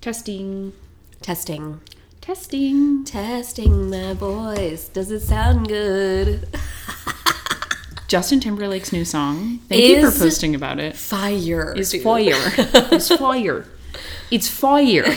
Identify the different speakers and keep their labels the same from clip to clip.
Speaker 1: Testing.
Speaker 2: Testing.
Speaker 1: Testing.
Speaker 2: Testing my voice. Does it sound good?
Speaker 1: Justin Timberlake's new song. Thank you
Speaker 2: Is-
Speaker 1: for posting about it.
Speaker 2: Fire.
Speaker 1: It's
Speaker 2: dude.
Speaker 1: fire. it's fire. It's fire.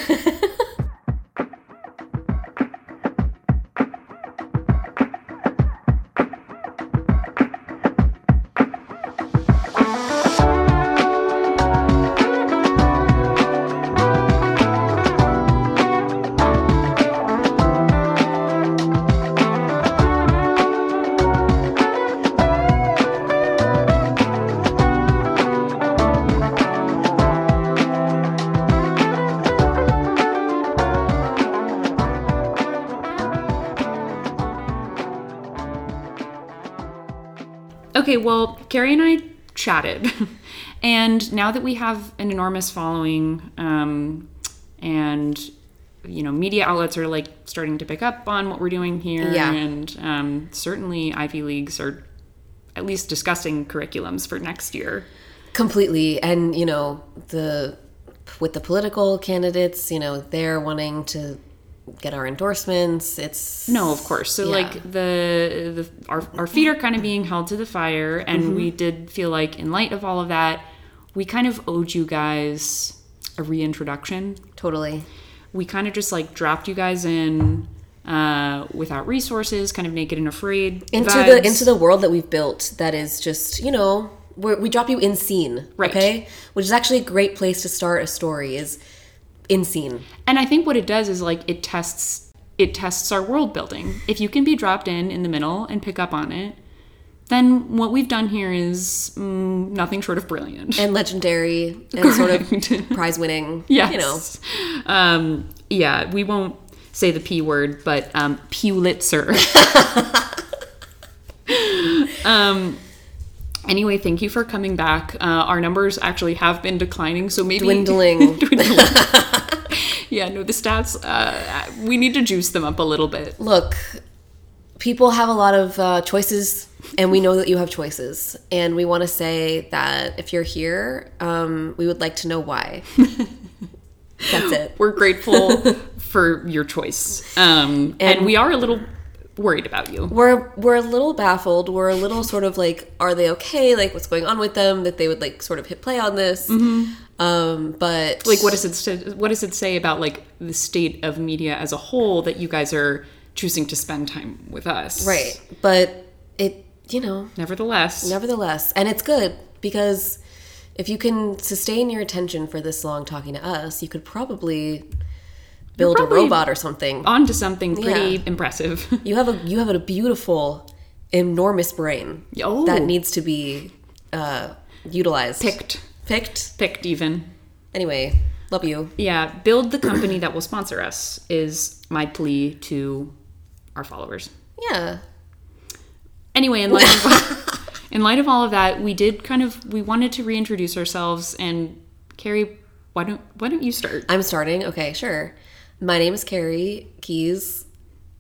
Speaker 1: Okay, well, Carrie and I chatted. and now that we have an enormous following um, and you know, media outlets are like starting to pick up on what we're doing here,
Speaker 2: Yeah.
Speaker 1: and um, certainly Ivy leagues are at least discussing curriculums for next year.
Speaker 2: Completely. And, you know, the with the political candidates, you know, they're wanting to get our endorsements. It's
Speaker 1: No, of course. So
Speaker 2: Yeah.
Speaker 1: like the the our, our feet are kind of being held to the fire, and
Speaker 2: Mm-hmm.
Speaker 1: we did feel like in light of all of that, we kind of owed you guys a reintroduction.
Speaker 2: totally.
Speaker 1: We kind of just like dropped you guys in uh, without resources, kind of naked and afraid
Speaker 2: Into
Speaker 1: vibes.
Speaker 2: the into the world that we've built that is just, you know, we're, we drop you in scene,
Speaker 1: Right.
Speaker 2: okay? Which is actually a great place to start a story is in scene.
Speaker 1: And I think what it does is like it tests it tests our world building. If you can be dropped in in the middle and pick up on it, then what we've done here is mm, nothing short of brilliant.
Speaker 2: and legendary and sort of
Speaker 1: Correct.
Speaker 2: prize winning.
Speaker 1: Yes.
Speaker 2: You know,
Speaker 1: Um, yeah, we won't say the P word, but um, Pulitzer. um, anyway, thank you for coming back. Uh, our numbers actually have been declining, so maybe.
Speaker 2: Dwindling.
Speaker 1: Dwindling. yeah, no, the stats, uh, we need to juice them up a little bit.
Speaker 2: look, people have a lot of uh, choices, and we know that you have choices. And we want to say that if you're here, um, we would like to know why. That's it.
Speaker 1: We're grateful for your choice. Um, and, we are a little worried about you.
Speaker 2: We're we're a little baffled. We're a little sort of like, are they okay? Like, what's going on with them? That they would like sort of hit play on this. Um, but
Speaker 1: Like, what does it say, what does it say about like the state of media as a whole that you guys are choosing to spend time with us?
Speaker 2: right? But it, you know,
Speaker 1: Nevertheless,
Speaker 2: Nevertheless, and it's good because if you can sustain your attention for this long talking to us, you could probably build
Speaker 1: probably-
Speaker 2: a robot or something.
Speaker 1: onto something pretty
Speaker 2: Yeah.
Speaker 1: impressive.
Speaker 2: You have a you have a beautiful, enormous brain
Speaker 1: Oh.
Speaker 2: that needs to be uh, utilized,
Speaker 1: picked,
Speaker 2: picked.
Speaker 1: picked even.
Speaker 2: Anyway, love you.
Speaker 1: Yeah, build the company that will sponsor us is my plea to our followers.
Speaker 2: Yeah,
Speaker 1: Anyway, in light of, in light of all of that, we did kind of we wanted to reintroduce ourselves and Carrie, why don't why don't you start?
Speaker 2: I'm starting. Okay, sure. My name is Carrie Keys,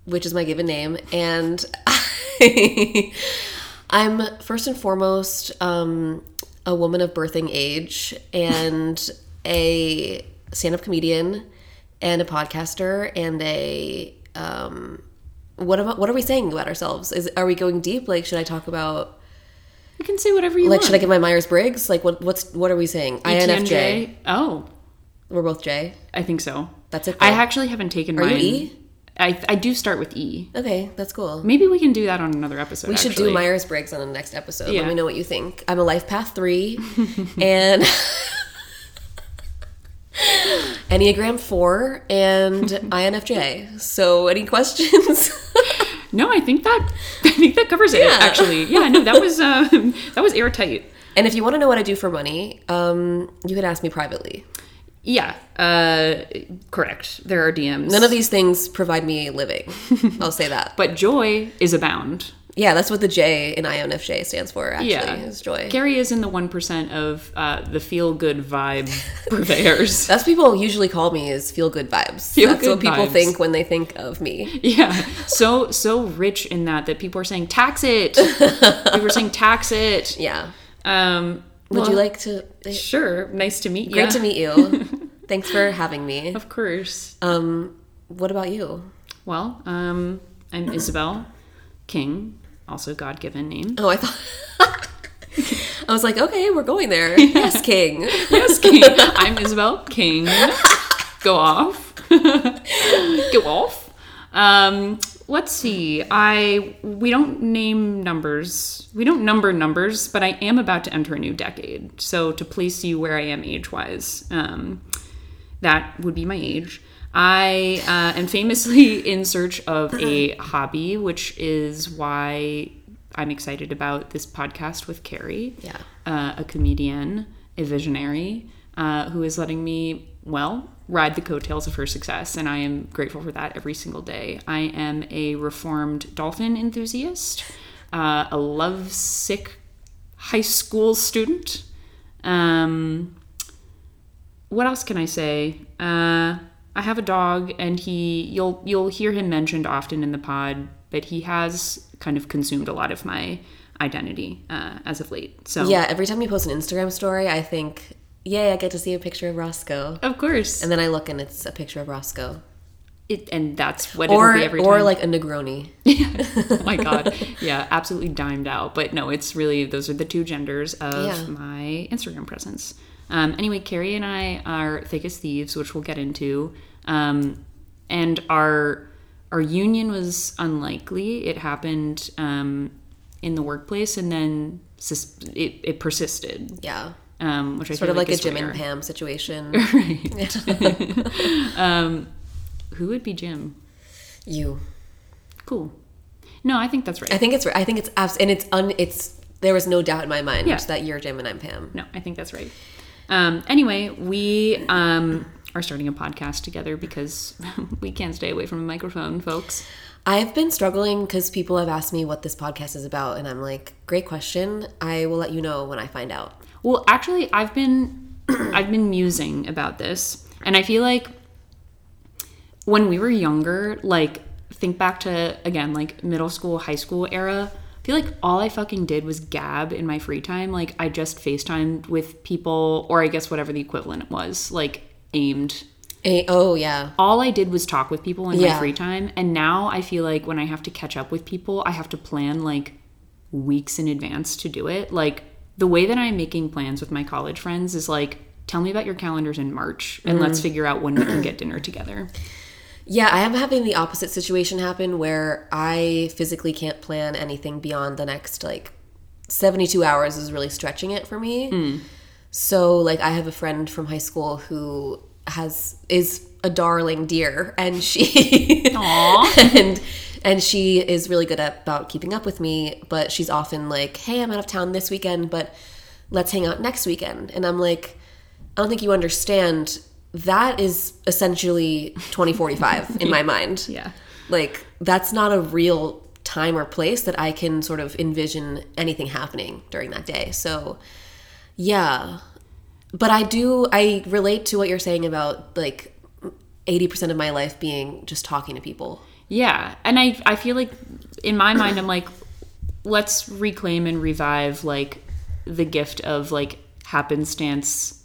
Speaker 2: which is my given name, and I, I'm first and foremost um, a woman of birthing age and a stand-up comedian and a podcaster and a um, what am I- what are we saying about ourselves? Is are we going deep? Like, should I talk about
Speaker 1: You can say whatever you
Speaker 2: like
Speaker 1: want.
Speaker 2: should I give my Myers Briggs? Like, what what's what are we saying? INFJ.
Speaker 1: TNJ? Oh,
Speaker 2: We're both J.
Speaker 1: I think so.
Speaker 2: That's it.
Speaker 1: I
Speaker 2: though.
Speaker 1: actually haven't taken
Speaker 2: Oh. you
Speaker 1: mine.
Speaker 2: E?
Speaker 1: I I do start with E.
Speaker 2: Okay, that's cool.
Speaker 1: Maybe we can do that on another episode.
Speaker 2: We should
Speaker 1: actually.
Speaker 2: do Myers Briggs on the next episode.
Speaker 1: Yeah.
Speaker 2: Let me know what you think. I'm a life path three and Enneagram four and INFJ. So, any questions?
Speaker 1: No, I think that I think that covers it. Actually, yeah, no, that was um, that was airtight.
Speaker 2: and if you want to know what I do for money, um, you can ask me privately.
Speaker 1: Yeah, uh, correct. There are DMs.
Speaker 2: None of these things provide me a living. I'll say that.
Speaker 1: but joy is abound.
Speaker 2: Yeah, that's what the J in INFJ stands for. Actually,
Speaker 1: Yeah.
Speaker 2: is joy.
Speaker 1: Gary is in the one percent of uh, the feel good vibe purveyors.
Speaker 2: That's what people usually call me is feel good vibes.
Speaker 1: Feel
Speaker 2: that's
Speaker 1: good
Speaker 2: what people
Speaker 1: vibes.
Speaker 2: think when they think of me.
Speaker 1: yeah, so so rich in that that people are saying tax it. people are saying tax it.
Speaker 2: Yeah.
Speaker 1: Um,
Speaker 2: Would
Speaker 1: well,
Speaker 2: you like to? eh,
Speaker 1: Sure. Nice to meet you.
Speaker 2: Great to meet you. Thanks for having me.
Speaker 1: Of course.
Speaker 2: Um, what about you?
Speaker 1: Well, um, I'm Isabel King, also God given name.
Speaker 2: Oh, I thought. I was like, okay, we're going there. Yes, King.
Speaker 1: Yes, King. I'm Isabel King. Go off. Go off. Um, let's see. I we don't name numbers. We don't number numbers, but I am about to enter a new decade. So to place you where I am age wise, um, that would be my age. I uh, am famously in search of a hobby, which is why I'm excited about this podcast with Carrie
Speaker 2: Yeah.
Speaker 1: uh, a comedian, a visionary, uh, who is letting me, well, ride the coattails of her success. And I am grateful for that every single day. I am a reformed dolphin enthusiast, uh, a lovesick high school student. Um, what else can I say? Uh, I have a dog, and he you'll you'll hear him mentioned often in the pod, but he has kind of consumed a lot of my identity uh, as of late. So
Speaker 2: Yeah, every time you post an Instagram story, I think, yay, I get to see a picture of Roscoe.
Speaker 1: Of course.
Speaker 2: And then I look and it's a picture of Roscoe.
Speaker 1: it, and that's what
Speaker 2: Or,
Speaker 1: it'll be every
Speaker 2: or
Speaker 1: time.
Speaker 2: like a Negroni.
Speaker 1: oh my god, yeah, absolutely dimed out. But no, it's really those are the two genders of
Speaker 2: Yeah.
Speaker 1: my Instagram presence. Um, anyway, Carrie and I are thick as thieves, which we'll get into. Um, and our our union was unlikely. It happened um, in the workplace, and then sus- it, it persisted,
Speaker 2: Yeah.
Speaker 1: um, which I
Speaker 2: Sort
Speaker 1: feel
Speaker 2: of like a
Speaker 1: is
Speaker 2: Jim
Speaker 1: rare.
Speaker 2: and Pam situation.
Speaker 1: Who would be Jim?
Speaker 2: you.
Speaker 1: Cool. No, I think that's right.
Speaker 2: I think it's. I think it's. Abs- and it's. Un- it's. There was no doubt in my mind
Speaker 1: Yeah.
Speaker 2: that you're Jim and I'm Pam.
Speaker 1: No, I think that's right. Um, anyway, we um, are starting a podcast together because we can't stay away from a microphone, folks.
Speaker 2: I've been struggling because people have asked me what this podcast is about, and I'm like, great question. I will let you know when I find out.
Speaker 1: Well, actually, I've been I've been musing about this, and I feel like when we were younger, like think back to again like middle school, high school era. I feel like all I fucking did was gab in my free time. Like I just FaceTimed with people, or I guess whatever the equivalent was, like aimed
Speaker 2: Eh, oh yeah,
Speaker 1: all I did was talk with people in my
Speaker 2: Yeah.
Speaker 1: free time. And now I feel like when I have to catch up with people, I have to plan like weeks in advance to do it. Like the way that I'm making plans with my college friends is like, tell me about your calendars in March and
Speaker 2: Mm.
Speaker 1: let's figure out when we can get dinner together.
Speaker 2: yeah. I am having the opposite situation happen where I physically can't plan anything beyond the next like 72 hours is really stretching it for me. So like, I have a friend from high school who has is a darling dear, and she
Speaker 1: Aw.
Speaker 2: and and she is really good at, about keeping up with me but she's often like hey i'm out of town this weekend but let's hang out next weekend and i'm like i don't think you understand that is essentially 2045 in my mind
Speaker 1: Yeah.
Speaker 2: like that's not a real time or place that i can sort of envision anything happening during that day so yeah but i do i relate to what you're saying about like 80% of my life being just talking to people
Speaker 1: Yeah. And I, I feel like in my mind, I'm like, let's reclaim and revive like the gift of like happenstance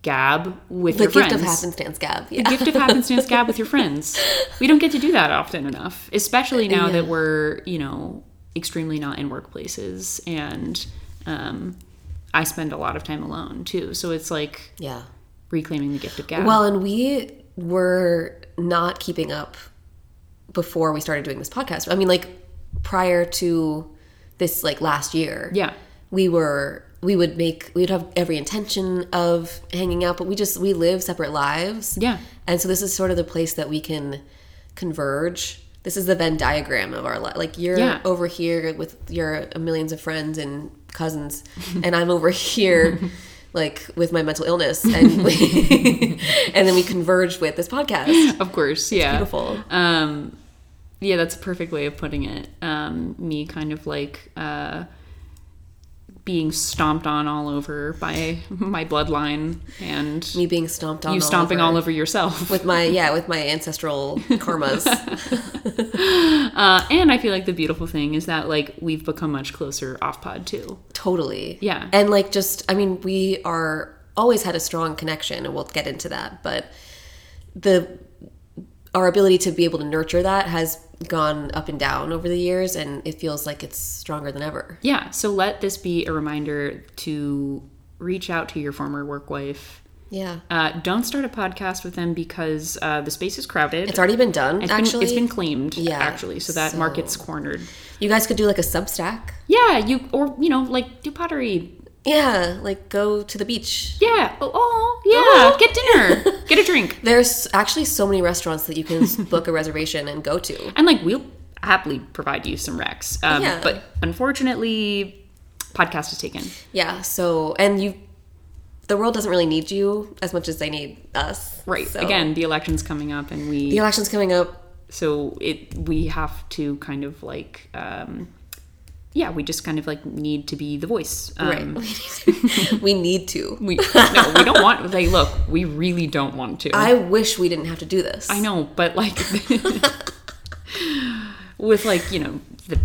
Speaker 1: gab with
Speaker 2: The
Speaker 1: your
Speaker 2: gift
Speaker 1: friends.
Speaker 2: of happenstance, Gab. Yeah.
Speaker 1: gift of happenstance gab with your friends. We don't get to do that often enough, especially now that we're, you know, extremely not in workplaces. And um, I spend a lot of time alone too. So it's like
Speaker 2: yeah.
Speaker 1: reclaiming the gift of gab.
Speaker 2: Well, and we were not keeping up before we started doing this podcast. I mean, like prior to this, like last year.
Speaker 1: yeah.
Speaker 2: We were. We would make. We'd have every intention of hanging out, but we just we live separate lives.
Speaker 1: Yeah.
Speaker 2: And so this is sort of the place that we can converge. This is the Venn diagram of our life. Like you're
Speaker 1: Yeah.
Speaker 2: over here with your millions of friends and cousins, and I'm over here, like with my mental illness, and we, and then we converge with this podcast.
Speaker 1: Of course. Yeah.
Speaker 2: Beautiful.
Speaker 1: um yeah that's a perfect way of putting it um me kind of like uh being stomped on all over by my bloodline and
Speaker 2: Me being stomped on.
Speaker 1: you
Speaker 2: all
Speaker 1: stomping
Speaker 2: over
Speaker 1: all over yourself
Speaker 2: with my yeah with my ancestral karmas.
Speaker 1: uh, and i feel like the beautiful thing is that like we've become much closer off pod too
Speaker 2: Totally.
Speaker 1: Yeah.
Speaker 2: And like just I mean, we are always had a strong connection, and we'll get into that. But the our ability to be able to nurture that has gone up and down over the years, and it feels like it's stronger than ever.
Speaker 1: Yeah. So let this be a reminder to reach out to your former work wife.
Speaker 2: Yeah,
Speaker 1: Uh, don't start a podcast with them because uh, the space is crowded.
Speaker 2: it's already been done.
Speaker 1: It's been-
Speaker 2: actually,
Speaker 1: it's been claimed.
Speaker 2: Yeah,
Speaker 1: Actually, so that
Speaker 2: so-
Speaker 1: market's cornered.
Speaker 2: you guys could do like a Substack.
Speaker 1: Yeah. You or you know like do pottery.
Speaker 2: Yeah, like go to the beach.
Speaker 1: Yeah. Oh. oh yeah.
Speaker 2: Oh.
Speaker 1: Get dinner. get a drink.
Speaker 2: There's actually so many restaurants that you can book a reservation and go to.
Speaker 1: And like we'll happily provide you some recs. Um,
Speaker 2: Yeah.
Speaker 1: But unfortunately, podcast is taken.
Speaker 2: Yeah. So, and you, the world doesn't really need you as much as they need us.
Speaker 1: Right.
Speaker 2: So,
Speaker 1: Again, the election's coming up, and we
Speaker 2: the election's coming up.
Speaker 1: so it we have to kind of like um, yeah we just kind of like need to be the voice. Um,
Speaker 2: right. we need to.
Speaker 1: We no, we don't want. Like, look, we really don't want to.
Speaker 2: I wish we didn't have to do this.
Speaker 1: I know, but like with like, you know, the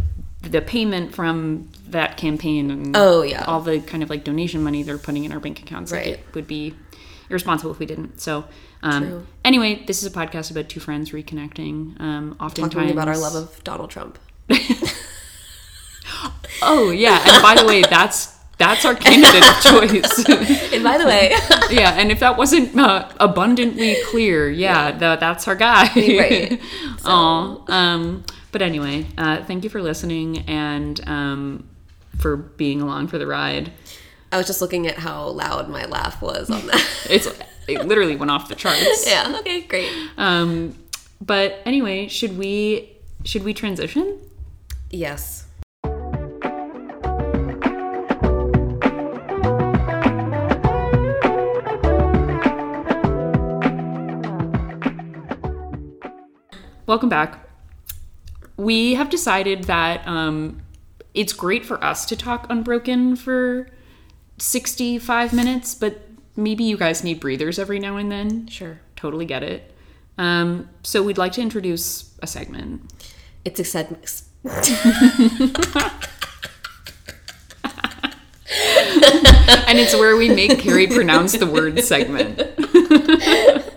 Speaker 1: the payment from that campaign and
Speaker 2: Oh, yeah.
Speaker 1: all the kind of like donation money they're putting in our bank accounts like,
Speaker 2: Right.
Speaker 1: it would be irresponsible if we didn't. So
Speaker 2: True.
Speaker 1: um anyway, this is a podcast about two friends reconnecting. Um oftentimes
Speaker 2: Talking about our love of Donald Trump.
Speaker 1: Oh yeah. And by the way, that's that's our candidate choice.
Speaker 2: And by the way,
Speaker 1: yeah, and if that wasn't uh, abundantly clear, yeah, tha- that's our guy.
Speaker 2: Right.
Speaker 1: Aw. Um, but anyway, uh, thank you for listening and um, for being along for the ride.
Speaker 2: I was just looking at how loud my laugh was on that.
Speaker 1: It's it literally went off the charts.
Speaker 2: yeah. Okay. Great.
Speaker 1: Um, but anyway, should we should we transition?
Speaker 2: Yes.
Speaker 1: Welcome back. We have decided that um, it's great for us to talk unbroken for 65 minutes, but maybe you guys need breathers every now and then.
Speaker 2: Sure.
Speaker 1: Totally get it. Um, so we'd like to introduce a segment.
Speaker 2: It's a segment.
Speaker 1: And it's where we make Carrie pronounce the word segment.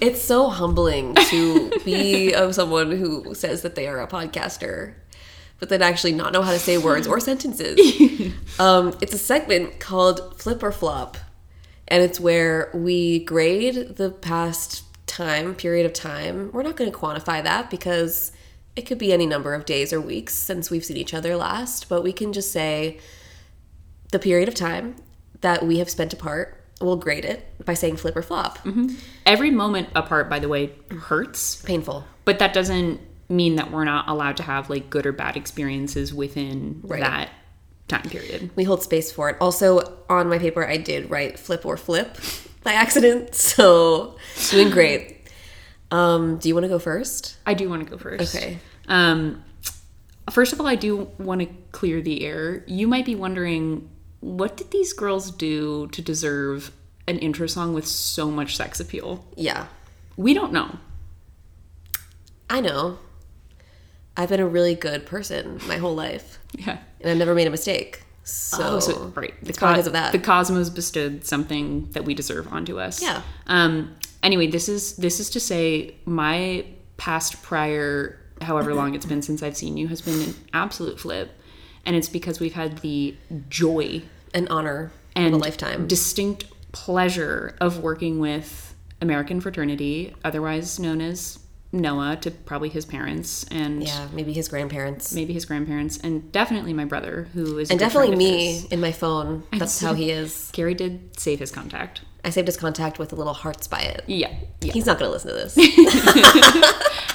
Speaker 2: It's so humbling to be of someone who says that they are a podcaster, but then actually not know how to say words or sentences. Um, it's a segment called Flip or Flop, and it's where we grade the past time period of time. We're not going to quantify that because it could be any number of days or weeks since we've seen each other last, but we can just say the period of time that we have spent apart. We'll grade it by saying flip or flop.
Speaker 1: Every moment apart, by the way, hurts,
Speaker 2: Painful.
Speaker 1: but that doesn't mean that we're not allowed to have like good or bad experiences within
Speaker 2: Right.
Speaker 1: that time period.
Speaker 2: We hold space for it. Also, on my paper, I did write flip or flip by accident. So, doing great. Um, do you want to go first?
Speaker 1: I do want to go first.
Speaker 2: Okay.
Speaker 1: Um, first of all, I do want to clear the air. You might be wondering, what did these girls do to deserve an intro song with so much sex appeal?
Speaker 2: Yeah.
Speaker 1: We don't know.
Speaker 2: I know. I've been a really good person my whole life,
Speaker 1: Yeah.
Speaker 2: and I've never made a mistake. So,
Speaker 1: Oh, so right. The
Speaker 2: it's probably
Speaker 1: co-
Speaker 2: because of that.
Speaker 1: The cosmos bestowed something that we deserve onto us.
Speaker 2: Yeah.
Speaker 1: Um. Anyway, this is this is to say my past prior, however long it's been since I've seen you, has been an absolute flip, and it's because we've had the joy
Speaker 2: An honor
Speaker 1: and
Speaker 2: of a lifetime.
Speaker 1: distinct pleasure of working with American fraternity, otherwise known as Noah, to probably his parents and.
Speaker 2: yeah, maybe his grandparents.
Speaker 1: Maybe his grandparents, and definitely my brother, who is a
Speaker 2: and
Speaker 1: good
Speaker 2: definitely
Speaker 1: friend of
Speaker 2: me
Speaker 1: his.
Speaker 2: in my phone. That's how he is.
Speaker 1: Gary did save his contact.
Speaker 2: I saved his contact with little hearts by it.
Speaker 1: Yeah, yeah.
Speaker 2: He's not going to listen to this.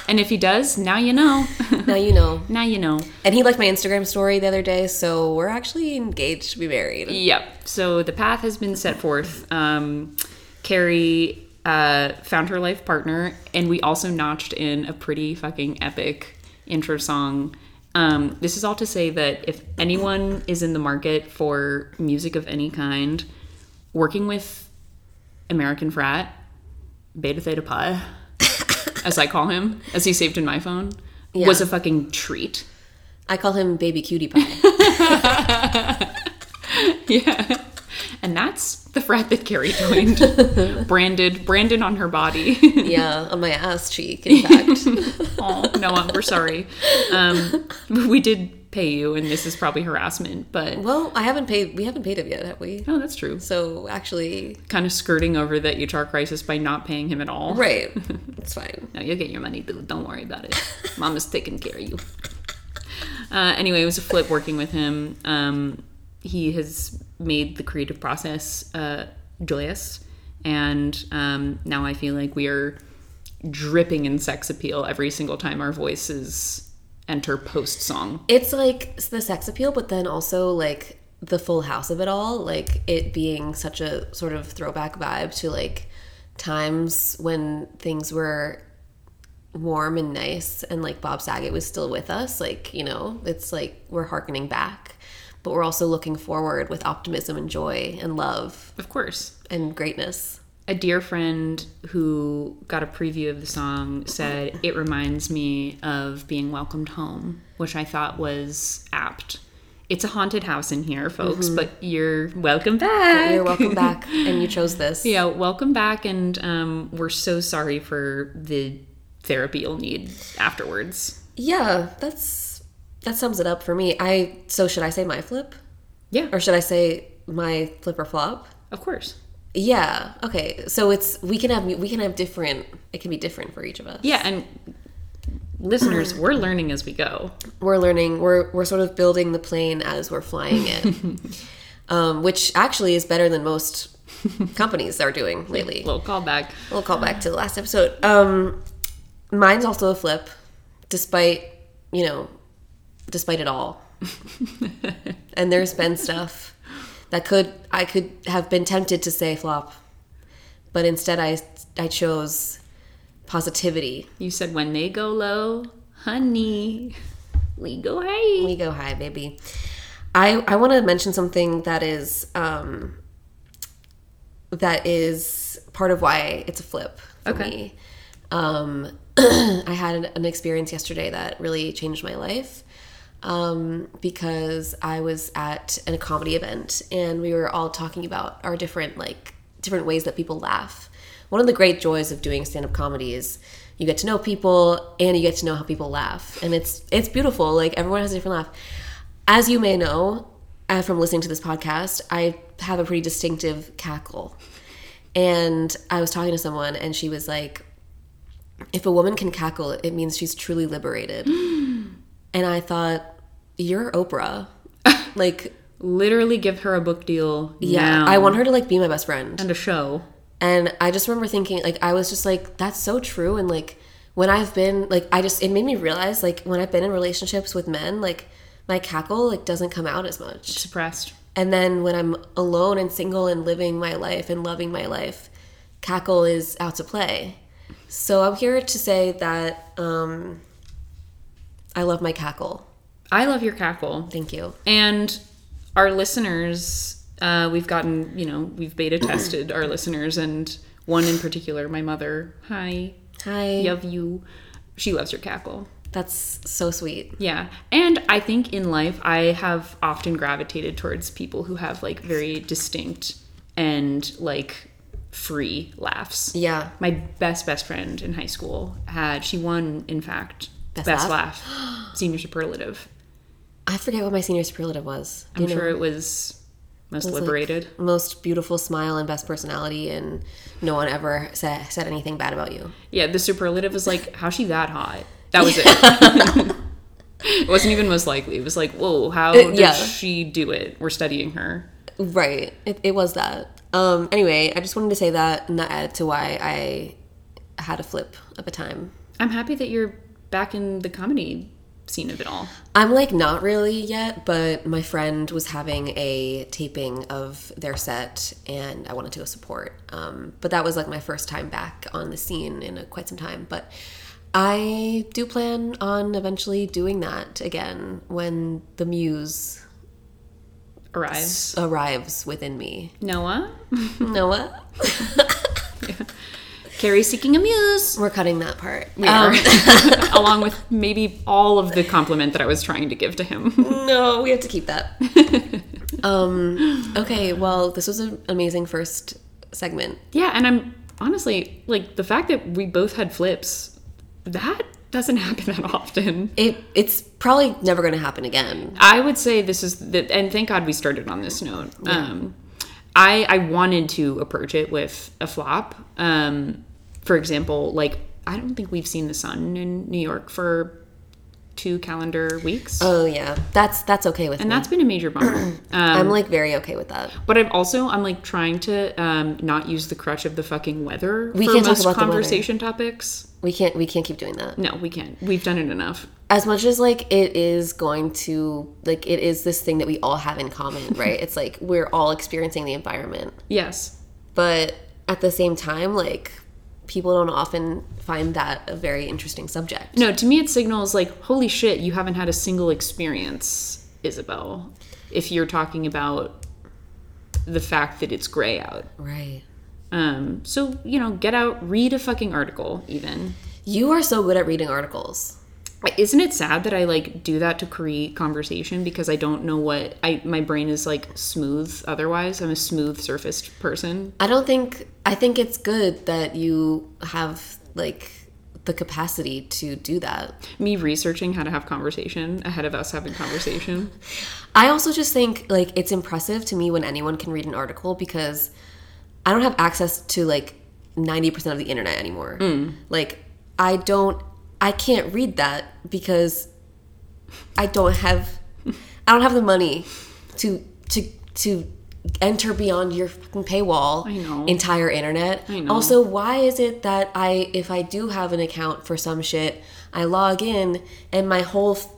Speaker 1: And if he does, now you know.
Speaker 2: now you know.
Speaker 1: now you know.
Speaker 2: And he liked my Instagram story the other day, so we're actually engaged to be married.
Speaker 1: Yep. So the path has been set forth. Um, Carrie uh, found her life partner, and we also notched in a pretty fucking epic intro song. Um, this is all to say that if anyone is in the market for music of any kind, working with American Frat, Beta Theta Pi, as I call him, as he saved in my phone, was a fucking treat.
Speaker 2: I call him Baby Cutie Pie.
Speaker 1: Yeah. And the frat that Carrie joined, branded branded on her body.
Speaker 2: Yeah, on my ass cheek, in fact.
Speaker 1: oh, Noah, we're sorry. Um, we did pay you, and this is probably harassment, but
Speaker 2: well, I haven't paid. We haven't paid him yet, have we?
Speaker 1: no, that's true.
Speaker 2: So actually,
Speaker 1: Kind of skirting over that HR crisis by not paying him at all.
Speaker 2: right, it's fine.
Speaker 1: No, you'll get your money, dude. Don't worry about it. Mama's taking care of you. Uh, anyway, it was a flip working with him. Um, he has made the creative process uh, joyous, and um, now I feel like we are dripping in sex appeal every single time our voices enter post song.
Speaker 2: It's like s- the sex appeal, but then also like the full house of it all, like it being such a sort of throwback vibe to like times when things were warm and nice and like Bob Saget was still with us. Like, you know, it's like we're hearkening back, but we're also looking forward with optimism and joy and love
Speaker 1: Of course.
Speaker 2: and greatness.
Speaker 1: a dear friend who got a preview of the song said it reminds me of being welcomed home which i thought was apt it's a haunted house in here folks but you're welcome back
Speaker 2: Mm-hmm. You're welcome back and you chose this.
Speaker 1: yeah welcome back and um, we're so sorry for the therapy you'll need afterwards
Speaker 2: Yeah, that's that sums it up for me. I so should I say my flip?
Speaker 1: yeah
Speaker 2: Or should I say my flip or flop?
Speaker 1: of course
Speaker 2: Yeah. Okay. So it's we can have we can have different. It can be different for each of us.
Speaker 1: yeah and listeners we're learning as we go
Speaker 2: We're learning. We're we're sort of building the plane as we're flying it, um, which actually is better than most companies are doing lately.
Speaker 1: little callback
Speaker 2: We'll call back to the last episode. Um, mine's also a flip, despite you know, despite it all. and there's been stuff that could I could have been tempted to say flop, but instead I I chose positivity.
Speaker 1: you said when they go low honey we go high
Speaker 2: We go high, baby. I I want to mention something that is um, that is part of why it's a flip for
Speaker 1: Okay.
Speaker 2: me. Um, I had an experience yesterday that really changed my life um, because I was at a comedy event and we were all talking about our different like different ways that people laugh. One of the great joys of doing stand-up comedy is you get to know people and you get to know how people laugh, and it's it's beautiful. Like everyone has a different laugh. As you may know uh, from listening to this podcast, I have a pretty distinctive cackle. And I was talking to someone, and she was like, if a woman can cackle, it means she's truly liberated. and I thought, you're Oprah. like,
Speaker 1: literally give her a book deal
Speaker 2: yeah,
Speaker 1: now
Speaker 2: I want her to like be my best friend.
Speaker 1: and a show
Speaker 2: And I just remember thinking, like, I was just like, that's so true. And like, when I've been like, I just it made me realize like when I've been in relationships with men, like my cackle like doesn't come out as much.
Speaker 1: suppressed
Speaker 2: And then when I'm alone and single and living my life and loving my life, cackle is out to play. So I'm here to say that um, I love my cackle.
Speaker 1: i love your cackle
Speaker 2: Thank you.
Speaker 1: and our listeners uh, we've gotten you know we've beta tested our listeners and one in particular my mother hi
Speaker 2: Hi.
Speaker 1: love you she loves your cackle
Speaker 2: That's so sweet.
Speaker 1: yeah and i think in life i have often gravitated towards people who have like very distinct and like free laughs
Speaker 2: Yeah.
Speaker 1: my best best friend in high school had she won in fact
Speaker 2: Best
Speaker 1: best, laugh, senior superlative
Speaker 2: I forget what my senior superlative was. Do
Speaker 1: i'm
Speaker 2: you know?
Speaker 1: sure it was most
Speaker 2: was like-
Speaker 1: liberated
Speaker 2: Most beautiful smile and best personality, and no one ever said, said anything bad about you.
Speaker 1: yeah the superlative was like how's she that hot that was it it wasn't even most likely it was like whoa how did
Speaker 2: yeah.
Speaker 1: she do it we're studying her
Speaker 2: Right. It, it was that. Um, anyway, I just wanted to say that and that added to why I had a flip of a time.
Speaker 1: i'm happy that you're back in the comedy scene of it all
Speaker 2: I'm like not really yet, but my friend was having a taping of their set, and I wanted to go support. Um, but that was like my first time back on the scene in a, quite some time. But I do plan on eventually doing that again when the muse
Speaker 1: arrives
Speaker 2: arrives within me.
Speaker 1: noah
Speaker 2: Noah,
Speaker 1: carrie seeking a muse Um,
Speaker 2: we're cutting that part.
Speaker 1: We are. along with maybe all of the compliment that i was trying to give to him
Speaker 2: No, we have to keep that. Um, okay, well, this was an amazing first segment.
Speaker 1: Yeah, and I'm honestly like the fact that we both had flips, that doesn't happen that often.
Speaker 2: It it's probably never going to happen again.
Speaker 1: I would say this is the and thank God we started on this note. Um, I I wanted to approach it with a flop. Um, for example, like I don't think we've seen the sun in New York for two calendar weeks,
Speaker 2: Oh yeah, that's that's okay with
Speaker 1: and
Speaker 2: me.
Speaker 1: that's been a major bummer. um,
Speaker 2: I'm like very okay with that.
Speaker 1: but I'm also I'm like trying to um, not use the crutch of the fucking weather
Speaker 2: We
Speaker 1: for
Speaker 2: can't talk
Speaker 1: most
Speaker 2: about the weather.
Speaker 1: conversation topics.
Speaker 2: We can't we can't keep doing that.
Speaker 1: No, we can't. We've done it enough.
Speaker 2: As much as like it is going to like it is this thing that we all have in common, right? it's like we're all experiencing the environment.
Speaker 1: Yes.
Speaker 2: But at the same time, like people don't often find that a very interesting subject.
Speaker 1: No, to me it signals like, holy shit, you haven't had a single experience, Isabel. If you're talking about the fact that it's gray out.
Speaker 2: Right.
Speaker 1: Um, so, you know, get out, read a fucking article even.
Speaker 2: You are so good at reading articles.
Speaker 1: Isn't it sad that I like do that to create conversation because I don't know what I my brain is like smooth otherwise. I'm a smooth surfaced person.
Speaker 2: I don't think I think it's good that you have like the capacity to do that.
Speaker 1: Me researching how to have conversation ahead of us having conversation.
Speaker 2: I also just think like it's impressive to me when anyone can read an article because I don't have access to like 90% of the internet anymore.
Speaker 1: Hmm.
Speaker 2: Like I don't I can't read that because I don't have I don't have the money to to to enter beyond your fucking paywall
Speaker 1: I know.
Speaker 2: entire internet.
Speaker 1: I know.
Speaker 2: Also, why is it that I if I do have an account for some shit, I log in and my whole f-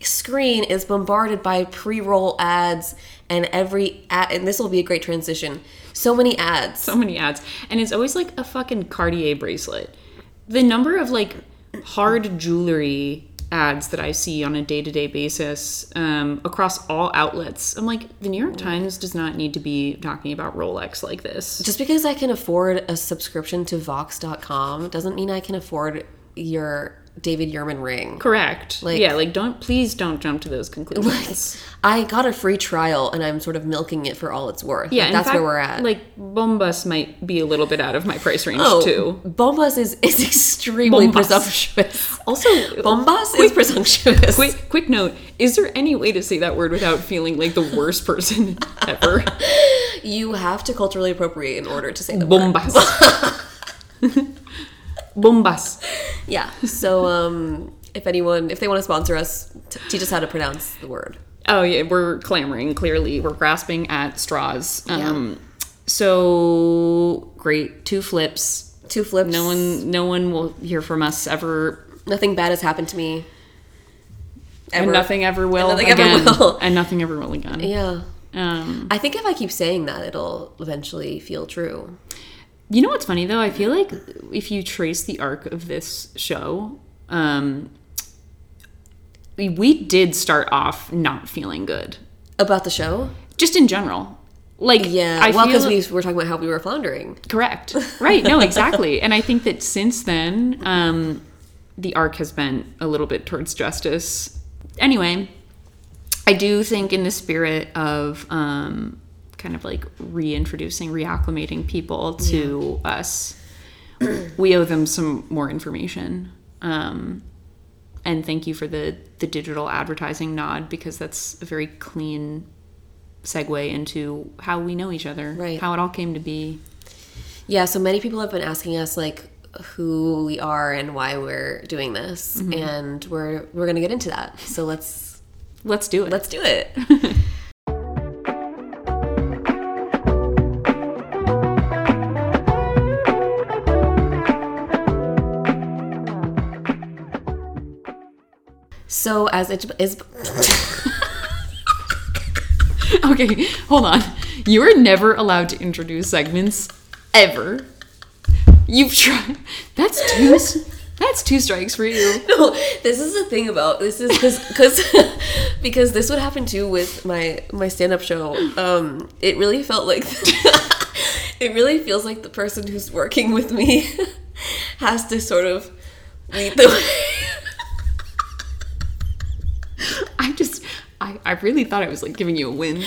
Speaker 2: screen is bombarded by pre-roll ads and every ad, and this will be a great transition. So many ads.
Speaker 1: so many ads and it's always like a fucking cartier bracelet the number of like hard jewelry ads that i see on a day-to-day basis um, across all outlets i'm like the new york times does not need to be talking about rolex like this
Speaker 2: Just because I can afford a subscription to Vox.com doesn't mean I can afford your David Yerman ring.
Speaker 1: correct
Speaker 2: Like-
Speaker 1: yeah like don't please don't jump to those conclusions
Speaker 2: I got a free trial and I'm sort of milking it for all it's worth.
Speaker 1: yeah
Speaker 2: Like,
Speaker 1: in
Speaker 2: that's
Speaker 1: fact,
Speaker 2: where we're at. Oh.
Speaker 1: like bombus might be a little bit out of my price range too
Speaker 2: Bombas is, is extremely
Speaker 1: Bombas.
Speaker 2: presumptuous.
Speaker 1: also
Speaker 2: Bombas is presumptuous.
Speaker 1: Quick, quick note: Is there any way to say that word without feeling like the worst person ever?
Speaker 2: You have to culturally appropriate in order to say the word.
Speaker 1: Bombas. Bombas.
Speaker 2: Yeah. So um, if anyone, if they want to sponsor us, t- teach us how to pronounce the word.
Speaker 1: Oh yeah, we're clamoring. Clearly, we're grasping at straws. Um, So great, two flips.
Speaker 2: Two flips.
Speaker 1: No one, no one will hear from us ever,
Speaker 2: Nothing bad has happened to me.
Speaker 1: and nothing ever will
Speaker 2: nothing ever
Speaker 1: again,
Speaker 2: will.
Speaker 1: and nothing ever will again.
Speaker 2: Yeah.
Speaker 1: Um,
Speaker 2: I think if I keep saying that, it'll eventually feel true.
Speaker 1: you know what's funny though? I feel like if you trace the arc of this show, um, we- we did start off not feeling good,
Speaker 2: About the show?
Speaker 1: just in general. Like
Speaker 2: Yeah.
Speaker 1: I
Speaker 2: well,
Speaker 1: feel-
Speaker 2: because we were talking about how we were floundering.
Speaker 1: Correct. Right. No, exactly. and I think that since then, um, the arc has been a little bit towards justice. Anyway, I do think in the spirit of um, kind of like reintroducing, reacclimating people to us, we owe them some more information. Um, and thank you for the the digital advertising nod because that's a very clean segue into how we know each other,
Speaker 2: Right.
Speaker 1: how it all came to be.
Speaker 2: Yeah. So many people have been asking us, like, who we are and why we're doing this,
Speaker 1: Mm-hmm.
Speaker 2: and we're we're gonna get into that. So let's
Speaker 1: Let's do it.
Speaker 2: let's do it. so as it is,
Speaker 1: okay, hold on. You are never allowed to introduce segments ever. You've tried. That's two. that's two strikes for you.
Speaker 2: no, this is the thing about this is because because this would happen too with my my stand up show. Um, it really felt like it really feels like the person who's working with me has to sort of lead the way.
Speaker 1: I just. I, I I really thought I was like giving you a win.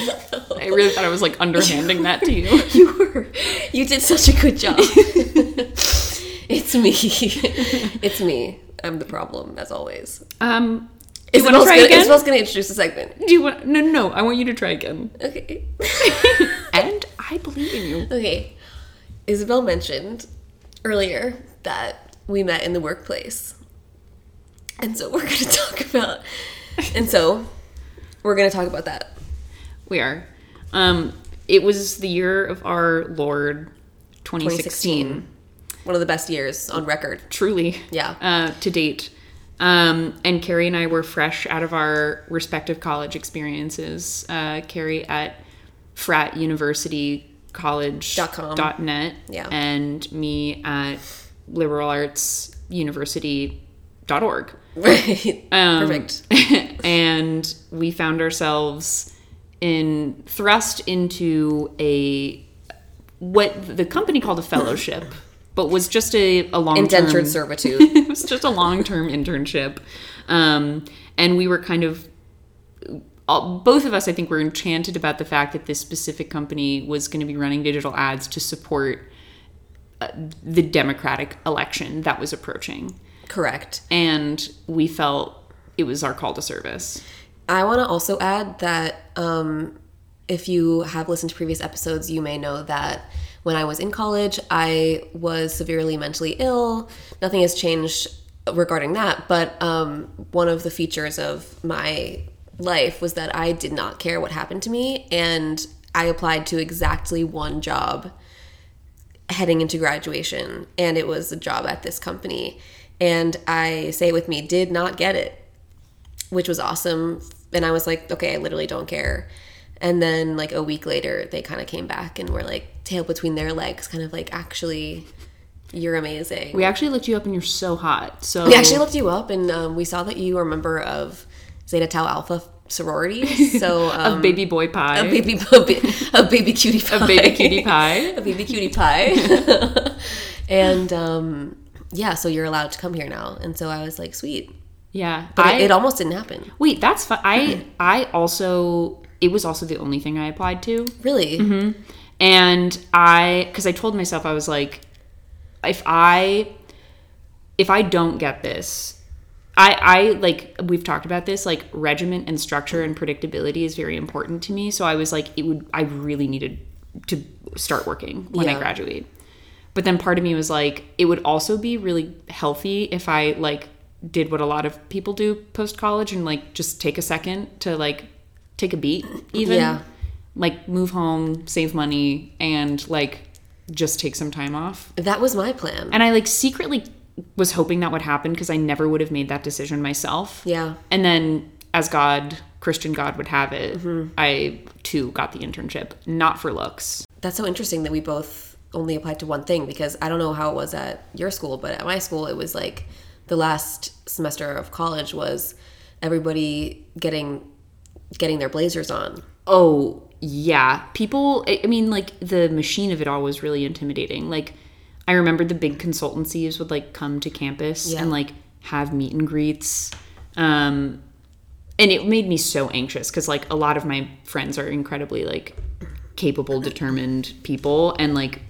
Speaker 1: I really thought I was like underhanding that to you.
Speaker 2: you were you did such a good job it's me it's me i'm the problem as always
Speaker 1: Um, do you want to
Speaker 2: isabel's
Speaker 1: try
Speaker 2: gonna,
Speaker 1: again?
Speaker 2: isabel's gonna introduce a segment
Speaker 1: do you want? No, no, no. I want you to try again.
Speaker 2: okay
Speaker 1: and I believe in you.
Speaker 2: okay isabel mentioned earlier that we met in the workplace and so we're gonna talk about and so we're gonna talk about that
Speaker 1: We are. Um, it was the year of our Lord, 2016.
Speaker 2: 2016. one of the best years on record
Speaker 1: Truly.
Speaker 2: Yeah.
Speaker 1: Uh, to date. Um, and Carrie and I were fresh out of our respective college experiences. Uh, Carrie at Frat University College
Speaker 2: Dot com.
Speaker 1: dot net,
Speaker 2: Yeah.
Speaker 1: and me at Liberal Arts University dot org.
Speaker 2: right
Speaker 1: Um,
Speaker 2: perfect
Speaker 1: and we found ourselves in thrust into a what the company called a fellowship, but was just a, a long
Speaker 2: indentured
Speaker 1: term,
Speaker 2: servitude
Speaker 1: it was just a long term internship, um, and we were kind of. All, both of us, I think, were enchanted about the fact that this specific company was going to be running digital ads to support uh, the Democratic election that was approaching
Speaker 2: correct
Speaker 1: and we felt it was our call to service.
Speaker 2: I want to also add that um, if you have listened to previous episodes, you may know that when I was in college, I was severely mentally ill. Nothing has changed regarding that, but um, one of the features of my life was that I did not care what happened to me, and I applied to exactly one job heading into graduation and it was a job at this company and i say it with me did not get it which was awesome. And I was like, okay, I literally don't care. And then like a week later, they kind of came back and were like, tail between their legs, kind of like, actually, you're amazing.
Speaker 1: We
Speaker 2: We,
Speaker 1: actually looked you up, and you're so hot. So
Speaker 2: actually looked you up and um, we saw that you are a member of Zeta Tau Alpha sorority. So um,
Speaker 1: baby boy pie,
Speaker 2: a baby, a baby, a baby cutie pie.
Speaker 1: baby cutie pie.
Speaker 2: a baby cutie pie. and um, yeah, so you're allowed to come here now. And so I was like, sweet.
Speaker 1: Yeah,
Speaker 2: But
Speaker 1: I,
Speaker 2: it, Mm-hmm. it almost didn't happen.
Speaker 1: wait. That's fun. I I also it was also the only thing I applied to,
Speaker 2: Really?
Speaker 1: and I because I told myself I was like, if I if I don't get this, I I like we've talked about this like regiment and structure and predictability is very important to me. So I was like, it would I really needed to start working when I
Speaker 2: Yeah.
Speaker 1: graduate. But then part of me was like, it would also be really healthy if I like did what a lot of people do post college and like just take a second to like take a beat even
Speaker 2: Yeah.
Speaker 1: like move home, save money and like just take some time off.
Speaker 2: That was my plan.
Speaker 1: And I like secretly was hoping that would happen because I never would have made that decision myself.
Speaker 2: Yeah.
Speaker 1: And then as God, Christian God would have it,
Speaker 2: Mm-hmm.
Speaker 1: I too got the internship, not for looks.
Speaker 2: That's so interesting that we both only applied to one thing because I don't know how it was at your school, but at my school, it was like the last semester of college was everybody getting getting their blazers on.
Speaker 1: Oh, yeah. People, I I mean, like the machine of it all was really intimidating. Like, I remember the big consultancies would like come to campus
Speaker 2: Yeah.
Speaker 1: and like have meet and greets. Um, and it made me so anxious because like a lot of my friends are incredibly like capable, determined people and like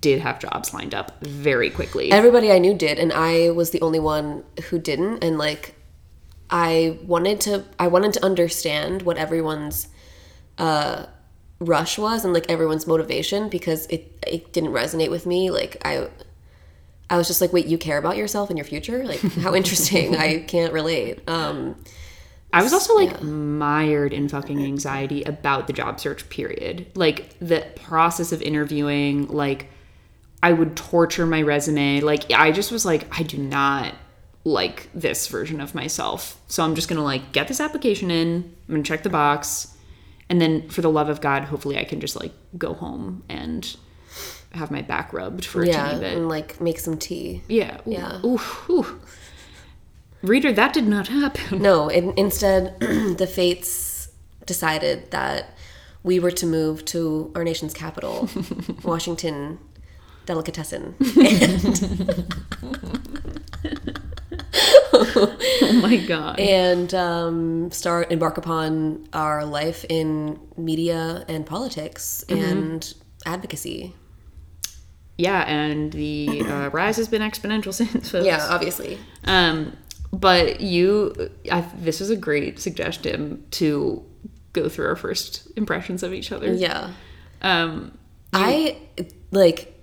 Speaker 1: did have jobs lined up very quickly.
Speaker 2: Everybody I knew did, and I was the only one who didn't. And like, I wanted to, I wanted to understand what everyone's uh, rush was, and like everyone's motivation, because it it didn't resonate with me. Like I, I was just like, wait, you care about yourself and your future? Like, how interesting. I can't relate. Um,
Speaker 1: I was also like mired in fucking anxiety about the job search period. Like the process of interviewing, like I would torture my resume. Like I just was like I do not like this version of myself. So I'm just going to like get this application in. I'm going to check the box and then for the love of god, hopefully I can just like go home and have my back rubbed for a
Speaker 2: yeah,
Speaker 1: tiny bit.
Speaker 2: and like make some tea.
Speaker 1: Yeah. Ooh,
Speaker 2: Yeah.
Speaker 1: Ooh, ooh. Reader, that did not happen.
Speaker 2: No, in, instead, the fates decided that we were to move to our nation's capital, Washington delicatessen. And
Speaker 1: Oh my god.
Speaker 2: and um, start embark upon our life in media and politics and advocacy.
Speaker 1: yeah, and the uh, rise has been exponential since. folks.
Speaker 2: Yeah, obviously.
Speaker 1: Um, but you, I, this is a great suggestion to go through our first impressions of each other.
Speaker 2: Yeah.
Speaker 1: Um,
Speaker 2: I like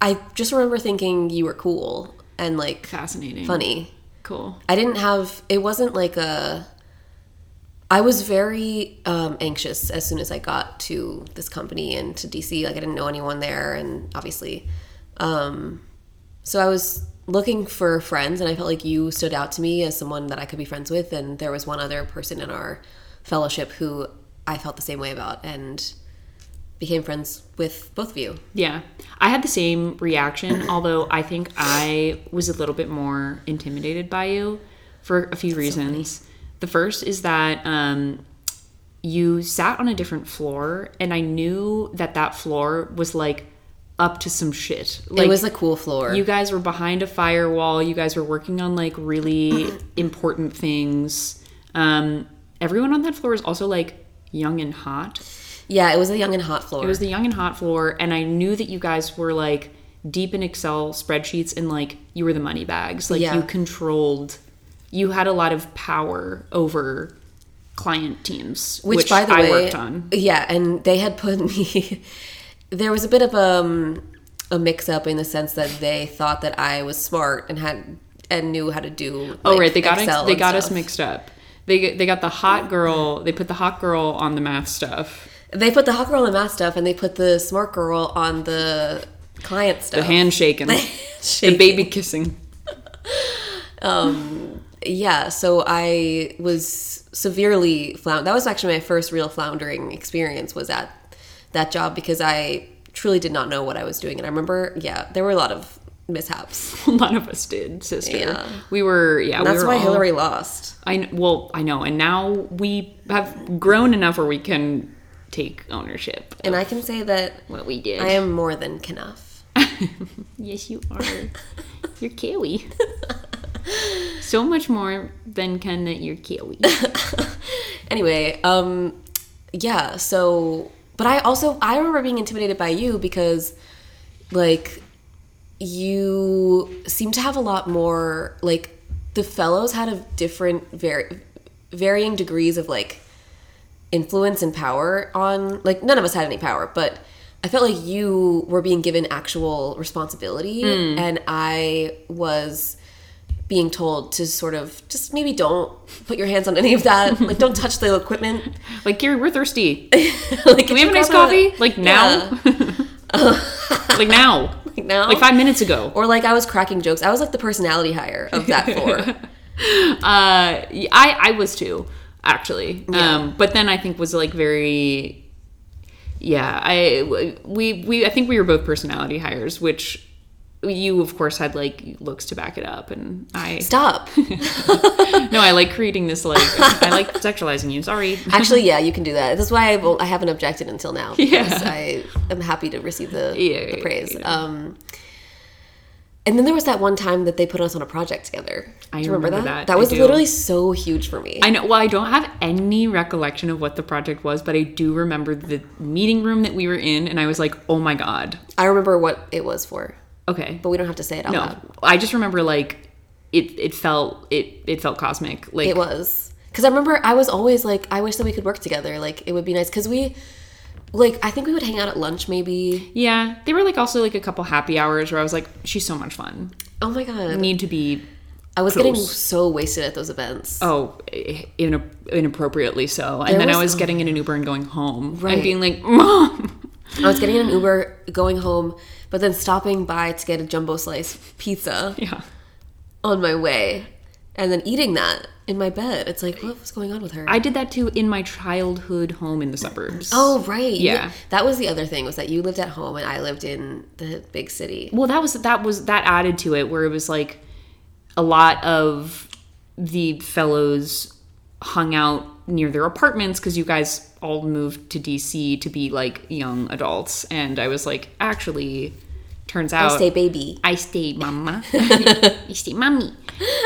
Speaker 2: I just remember thinking you were cool and like
Speaker 1: fascinating.
Speaker 2: funny.
Speaker 1: Cool.
Speaker 2: I didn't have it wasn't like a I was very um, anxious as soon as I got to this company and to DC. Like I didn't know anyone there, and obviously, um, so I was looking for friends, and I felt like you stood out to me as someone that I could be friends with. And there was one other person in our fellowship who I felt the same way about, and became friends with both of you.
Speaker 1: Yeah. I had the same reaction, although I think I was a little bit more intimidated by you for a few reasons. the first is that um, you sat on a different floor, and I knew that that floor was like up to some shit. Like,
Speaker 2: it was a cool floor.
Speaker 1: you guys were behind a firewall you guys were working on like really important things um, everyone on that floor is also like young and hot
Speaker 2: yeah, it was a young and hot floor.
Speaker 1: it was the young and hot floor and i knew that you guys were like deep in excel spreadsheets and like you were the money bags like
Speaker 2: Yeah.
Speaker 1: you controlled you had a lot of power over client teams which,
Speaker 2: by the
Speaker 1: i
Speaker 2: way,
Speaker 1: worked on
Speaker 2: Yeah, and they had put me. there was a bit of um, a mix up in the sense that they thought that I was smart and had and knew how to do.
Speaker 1: oh
Speaker 2: like,
Speaker 1: right they got
Speaker 2: Excel
Speaker 1: ex- they
Speaker 2: and
Speaker 1: got us
Speaker 2: stuff.
Speaker 1: mixed up they, they got the hot girl they put the hot girl on the math stuff
Speaker 2: They put the hot girl on the math stuff, and they put the smart girl on the client stuff.
Speaker 1: the handshake and
Speaker 2: Shaking.
Speaker 1: The baby kissing.
Speaker 2: Yeah, so I was severely flound. That was actually my first real floundering experience was at that job because I truly did not know what I was doing. And I remember, yeah, there were a lot of mishaps.
Speaker 1: A lot of us did, sister.
Speaker 2: Yeah.
Speaker 1: We were, yeah. we
Speaker 2: That's
Speaker 1: were
Speaker 2: why
Speaker 1: all-
Speaker 2: Hillary lost.
Speaker 1: I kn- well, I know, and now we have grown enough where we can take ownership.
Speaker 2: And I can say that
Speaker 1: What we did.
Speaker 2: I am more than enough.
Speaker 1: yes, you are. you're Kiwi. so much more than Ken that you're Kiwi.
Speaker 2: Anyway, um yeah, so but I also I remember being intimidated by you because like you seem to have a lot more like the fellows had a different very varying degrees of like influence and power on like none of us had any power but i felt like you were being given actual responsibility and i was being told to sort of just maybe don't put your hands on any of that like don't touch the equipment
Speaker 1: like, Gary, we're thirsty.
Speaker 2: like
Speaker 1: Can we have a nice coffee? Like now? like now.
Speaker 2: like now
Speaker 1: Like five minutes ago.
Speaker 2: or like i was cracking jokes i was like the personality hire of that floor
Speaker 1: uh y- i i was too actually um but then i think was like very yeah i we we i think we were both personality hires which you of course had like looks to back it up and i
Speaker 2: stop
Speaker 1: no i like creating this like i like sexualizing you sorry
Speaker 2: Actually, yeah, you can do that. That's why I, won't, I haven't objected until now. Because
Speaker 1: Yeah.
Speaker 2: I am happy to receive the,
Speaker 1: Yeah,
Speaker 2: the
Speaker 1: yeah,
Speaker 2: praise. Um, and then there was that one time that they put us on a project together.
Speaker 1: I
Speaker 2: Do you remember,
Speaker 1: remember
Speaker 2: that?
Speaker 1: that. I
Speaker 2: was
Speaker 1: do.
Speaker 2: literally so huge for me.
Speaker 1: I know. Well, I don't have any recollection of what the project was, but I do remember the meeting room that we were in, and I was like, "Oh my god!"
Speaker 2: I remember what it was for,
Speaker 1: Okay,
Speaker 2: but we don't have to say it out
Speaker 1: no,
Speaker 2: loud.
Speaker 1: I just remember like it. It felt it. It felt cosmic. Like
Speaker 2: It was because I remember I was always like, I wish that we could work together. Like it would be nice because we, like, I think we would hang out at lunch maybe.
Speaker 1: Yeah, they were like also like a couple happy hours where I was like, she's so much fun.
Speaker 2: Oh my god,
Speaker 1: Need to be
Speaker 2: I was getting
Speaker 1: Close.
Speaker 2: so wasted at those events.
Speaker 1: oh in, inappropriately so, and
Speaker 2: There
Speaker 1: then I
Speaker 2: was-
Speaker 1: was getting in an Uber and going home
Speaker 2: Right.
Speaker 1: and being like, mom,
Speaker 2: I was getting in an Uber going home, but then stopping by to get a jumbo slice pizza
Speaker 1: yeah,
Speaker 2: on my way, and then eating that in my bed. It's like, what was going on with her?
Speaker 1: I did that too in my childhood home in the suburbs.
Speaker 2: oh right, You-
Speaker 1: Yeah.
Speaker 2: That was the other thing was that you lived at home and I lived in the big city.
Speaker 1: well, that was that was that added to it where it was like a lot of the fellows hung out near their apartments because you guys all moved to DC to be like young adults, and I was like, actually, turns out
Speaker 2: Say baby.
Speaker 1: I stay mama. I stay mommy.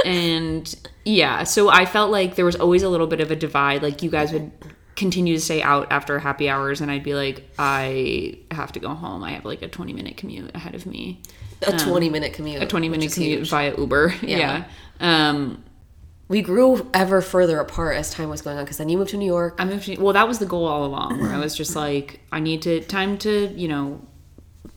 Speaker 1: And yeah, so I felt like there was always a little bit of a divide. Like you guys would continue to stay out after happy hours and I'd be like, I have to go home. I have like a twenty minute commute ahead of me.
Speaker 2: A 20 minute commute.
Speaker 1: Um, A twenty
Speaker 2: which
Speaker 1: minute
Speaker 2: is
Speaker 1: commute
Speaker 2: huge.
Speaker 1: via Uber. Yeah. Um
Speaker 2: We grew ever further apart as time was going on because then you moved to New York.
Speaker 1: I moved to, well, that was the goal all along where I was just like, I need to time to, you know,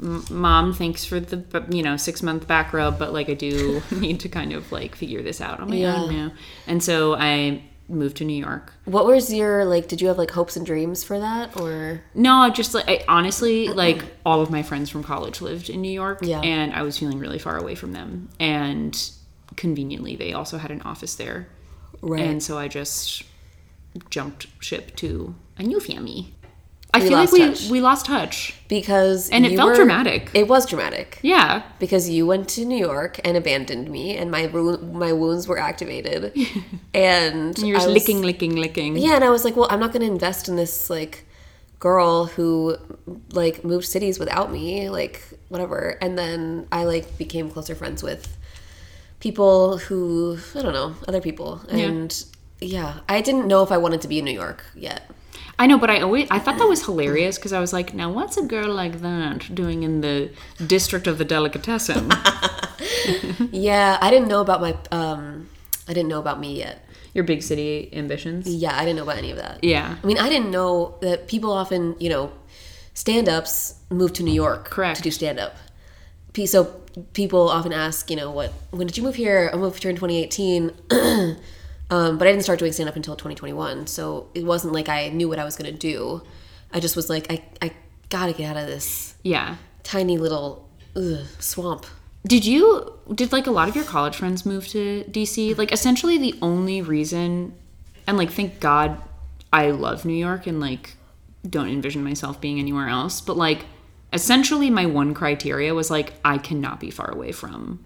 Speaker 1: m- mom, thanks for the, bu- you know, six month back rub, but like I do need to kind of like figure this out on my own now. And so I moved to New York.
Speaker 2: What was your, like, did you have, like, hopes and dreams for that? Or
Speaker 1: No, just like I, honestly, like all of my friends from college lived in New York,
Speaker 2: Yeah.
Speaker 1: and I was feeling really far away from them. And conveniently, they also had an office there,
Speaker 2: Right.
Speaker 1: And so I just jumped ship to a new family. I
Speaker 2: We
Speaker 1: feel like
Speaker 2: lost
Speaker 1: we
Speaker 2: touch.
Speaker 1: we lost touch,
Speaker 2: because.
Speaker 1: and it
Speaker 2: you
Speaker 1: felt
Speaker 2: were-
Speaker 1: dramatic.
Speaker 2: It was dramatic.
Speaker 1: yeah,
Speaker 2: because you went to New York and abandoned me, and my ru- my wounds were activated, and
Speaker 1: you're just
Speaker 2: I was-
Speaker 1: licking, licking, licking.
Speaker 2: Yeah, and I was like, well, I'm not going to invest in this like girl who like moved cities without me, like whatever. And then I like became closer friends with people who I don't know, other people, and yeah, I didn't know if I wanted to be in New York yet.
Speaker 1: I know, but I always I thought that was hilarious because I was like, now what's a girl like that doing in the district of the delicatessen?
Speaker 2: Yeah, I didn't know about my um, I didn't know about me yet.
Speaker 1: Your big city ambitions.
Speaker 2: Yeah, I didn't know about any of that.
Speaker 1: Yeah.
Speaker 2: I mean, I didn't know that people often, you know, stand ups move to New York
Speaker 1: Correct.
Speaker 2: to do stand up. So people often ask, you know, what, when did you move here? I moved here in 2018. um, but I didn't start doing stand up until 2021. So it wasn't like I knew what I was going to do. I just was like, I, I got to get out of this
Speaker 1: Yeah.
Speaker 2: tiny little ugh, swamp.
Speaker 1: Did you did like a lot of your college friends move to DC? Like essentially the only reason and like thank God I love New York and like don't envision myself being anywhere else, but like essentially my one criteria was like I cannot be far away from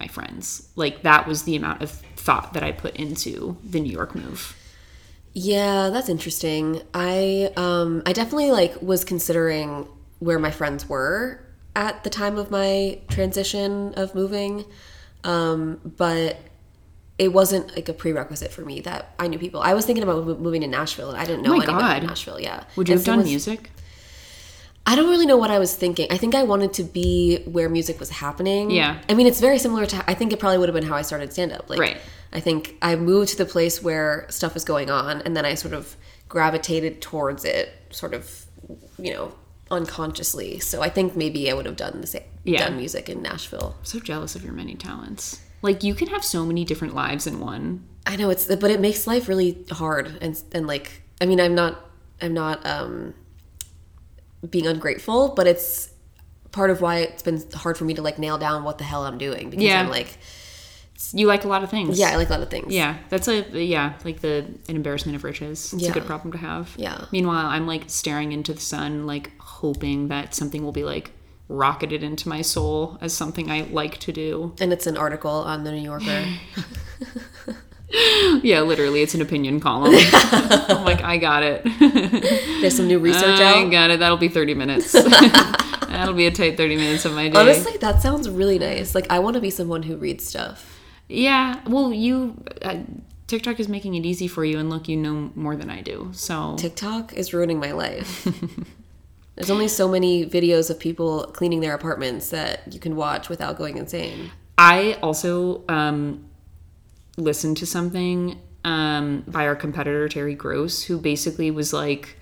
Speaker 1: my friends. Like that was the amount of thought that I put into the New York move.
Speaker 2: Yeah, that's interesting. I um I definitely like was considering where my friends were at the time of my transition of moving. Um but it wasn't like a prerequisite for me that I knew people. I was thinking about mo- moving to Nashville and I didn't know
Speaker 1: Oh my
Speaker 2: anyone
Speaker 1: God.
Speaker 2: in Nashville. Yeah.
Speaker 1: Would you
Speaker 2: And
Speaker 1: have
Speaker 2: so
Speaker 1: done
Speaker 2: was-
Speaker 1: music?
Speaker 2: I don't really know what I was thinking. I think I wanted to be where music was happening.
Speaker 1: Yeah.
Speaker 2: I mean, it's very similar to, I think it probably would have been how I started stand up. Like,
Speaker 1: Right.
Speaker 2: I think I moved to the place where stuff was going on and then I sort of gravitated towards it, sort of, you know, unconsciously. So I think maybe I would have done the same,
Speaker 1: Yeah.
Speaker 2: done music in Nashville.
Speaker 1: I'm so jealous of your many talents. Like you can have so many different lives in one.
Speaker 2: I know it's, but it makes life really hard and, and like, I mean, I'm not, I'm not, um, being ungrateful, but it's part of why it's been hard for me to like nail down what the hell I'm doing because
Speaker 1: Yeah.
Speaker 2: I'm like,
Speaker 1: You like a lot of things.
Speaker 2: yeah, I like a lot of things.
Speaker 1: Yeah, that's a yeah, like the an embarrassment of riches. It's
Speaker 2: Yeah.
Speaker 1: a good problem to have.
Speaker 2: Yeah.
Speaker 1: Meanwhile, I'm like staring into the sun, like hoping that something will be like rocketed into my soul as something I like to do.
Speaker 2: And it's an article on the New Yorker.
Speaker 1: Yeah, literally, it's an opinion column. I'm like, I got it.
Speaker 2: There's some new research
Speaker 1: I
Speaker 2: out.
Speaker 1: got it. That'll be 30 minutes. That'll be a tight 30 minutes of my day.
Speaker 2: Honestly, that sounds really nice. Like I want to be someone who reads stuff.
Speaker 1: Yeah. Well, you. Uh, TikTok is making it easy for you, and look, you know more than I do. So
Speaker 2: TikTok is ruining my life. There's only so many videos of people cleaning their apartments that you can watch without going insane.
Speaker 1: I also um, listened to something um, by our competitor Terry Gross, who basically was like,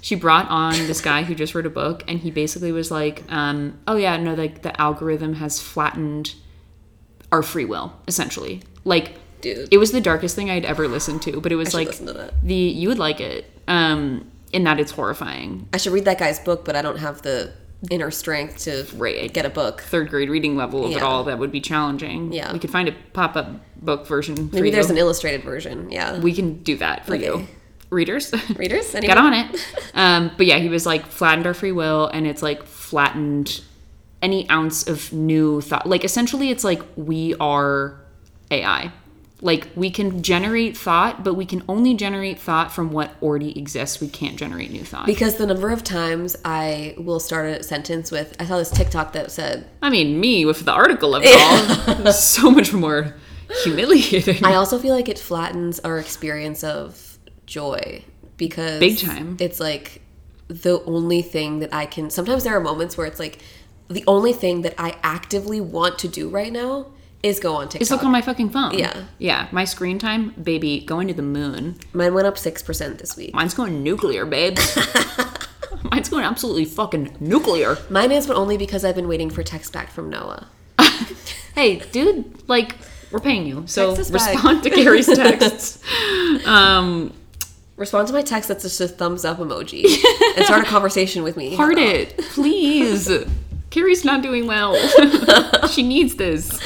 Speaker 1: she brought on this guy who just wrote a book, and he basically was like, um, "Oh yeah, no, like the algorithm has flattened our free will, essentially." Like,
Speaker 2: Dude.
Speaker 1: it was the darkest thing I'd ever listened to, but it was
Speaker 2: I should
Speaker 1: like
Speaker 2: listen to that.
Speaker 1: the you would like it um, in that it's horrifying,
Speaker 2: I should read that guy's book, but I don't have the inner strength to
Speaker 1: Right.
Speaker 2: get a book.
Speaker 1: third grade reading level of it
Speaker 2: Yeah.
Speaker 1: all. That would be challenging.
Speaker 2: Yeah.
Speaker 1: we could find a pop up book version. for
Speaker 2: Maybe
Speaker 1: you.
Speaker 2: there's an illustrated version. Yeah.
Speaker 1: we can do that for you
Speaker 2: Okay.
Speaker 1: readers
Speaker 2: Readers,
Speaker 1: get
Speaker 2: anyone?
Speaker 1: on it um, but yeah he was like flattened our free will and it's like flattened any ounce of new thought like essentially it's like we are ai Like we can generate thought, but we can only generate thought from what already exists. We can't generate new thought.
Speaker 2: Because the number of times I will start a sentence with, I saw this TikTok that said,
Speaker 1: I mean, me with the article of it all, so much more humiliating.
Speaker 2: I also feel like it flattens our experience of joy because
Speaker 1: Big time.
Speaker 2: It's like the only thing that I can. Sometimes there are moments where it's like the only thing that I actively want to do right now is go on TikTok.
Speaker 1: Just look on my fucking phone.
Speaker 2: Yeah.
Speaker 1: Yeah. My screen time, baby, going to the moon.
Speaker 2: Mine went up six percent this week.
Speaker 1: Mine's going nuclear, babe. Mine's going absolutely fucking nuclear.
Speaker 2: Mine is, but only because I've been waiting for text back from Noah.
Speaker 1: Hey, dude, like, we're paying you. So
Speaker 2: Text us back.
Speaker 1: respond to Carrie's texts.
Speaker 2: Respond to my text that's just a thumbs up emoji and start a conversation with me.
Speaker 1: Heart it, please. Carrie's not doing well. she needs this.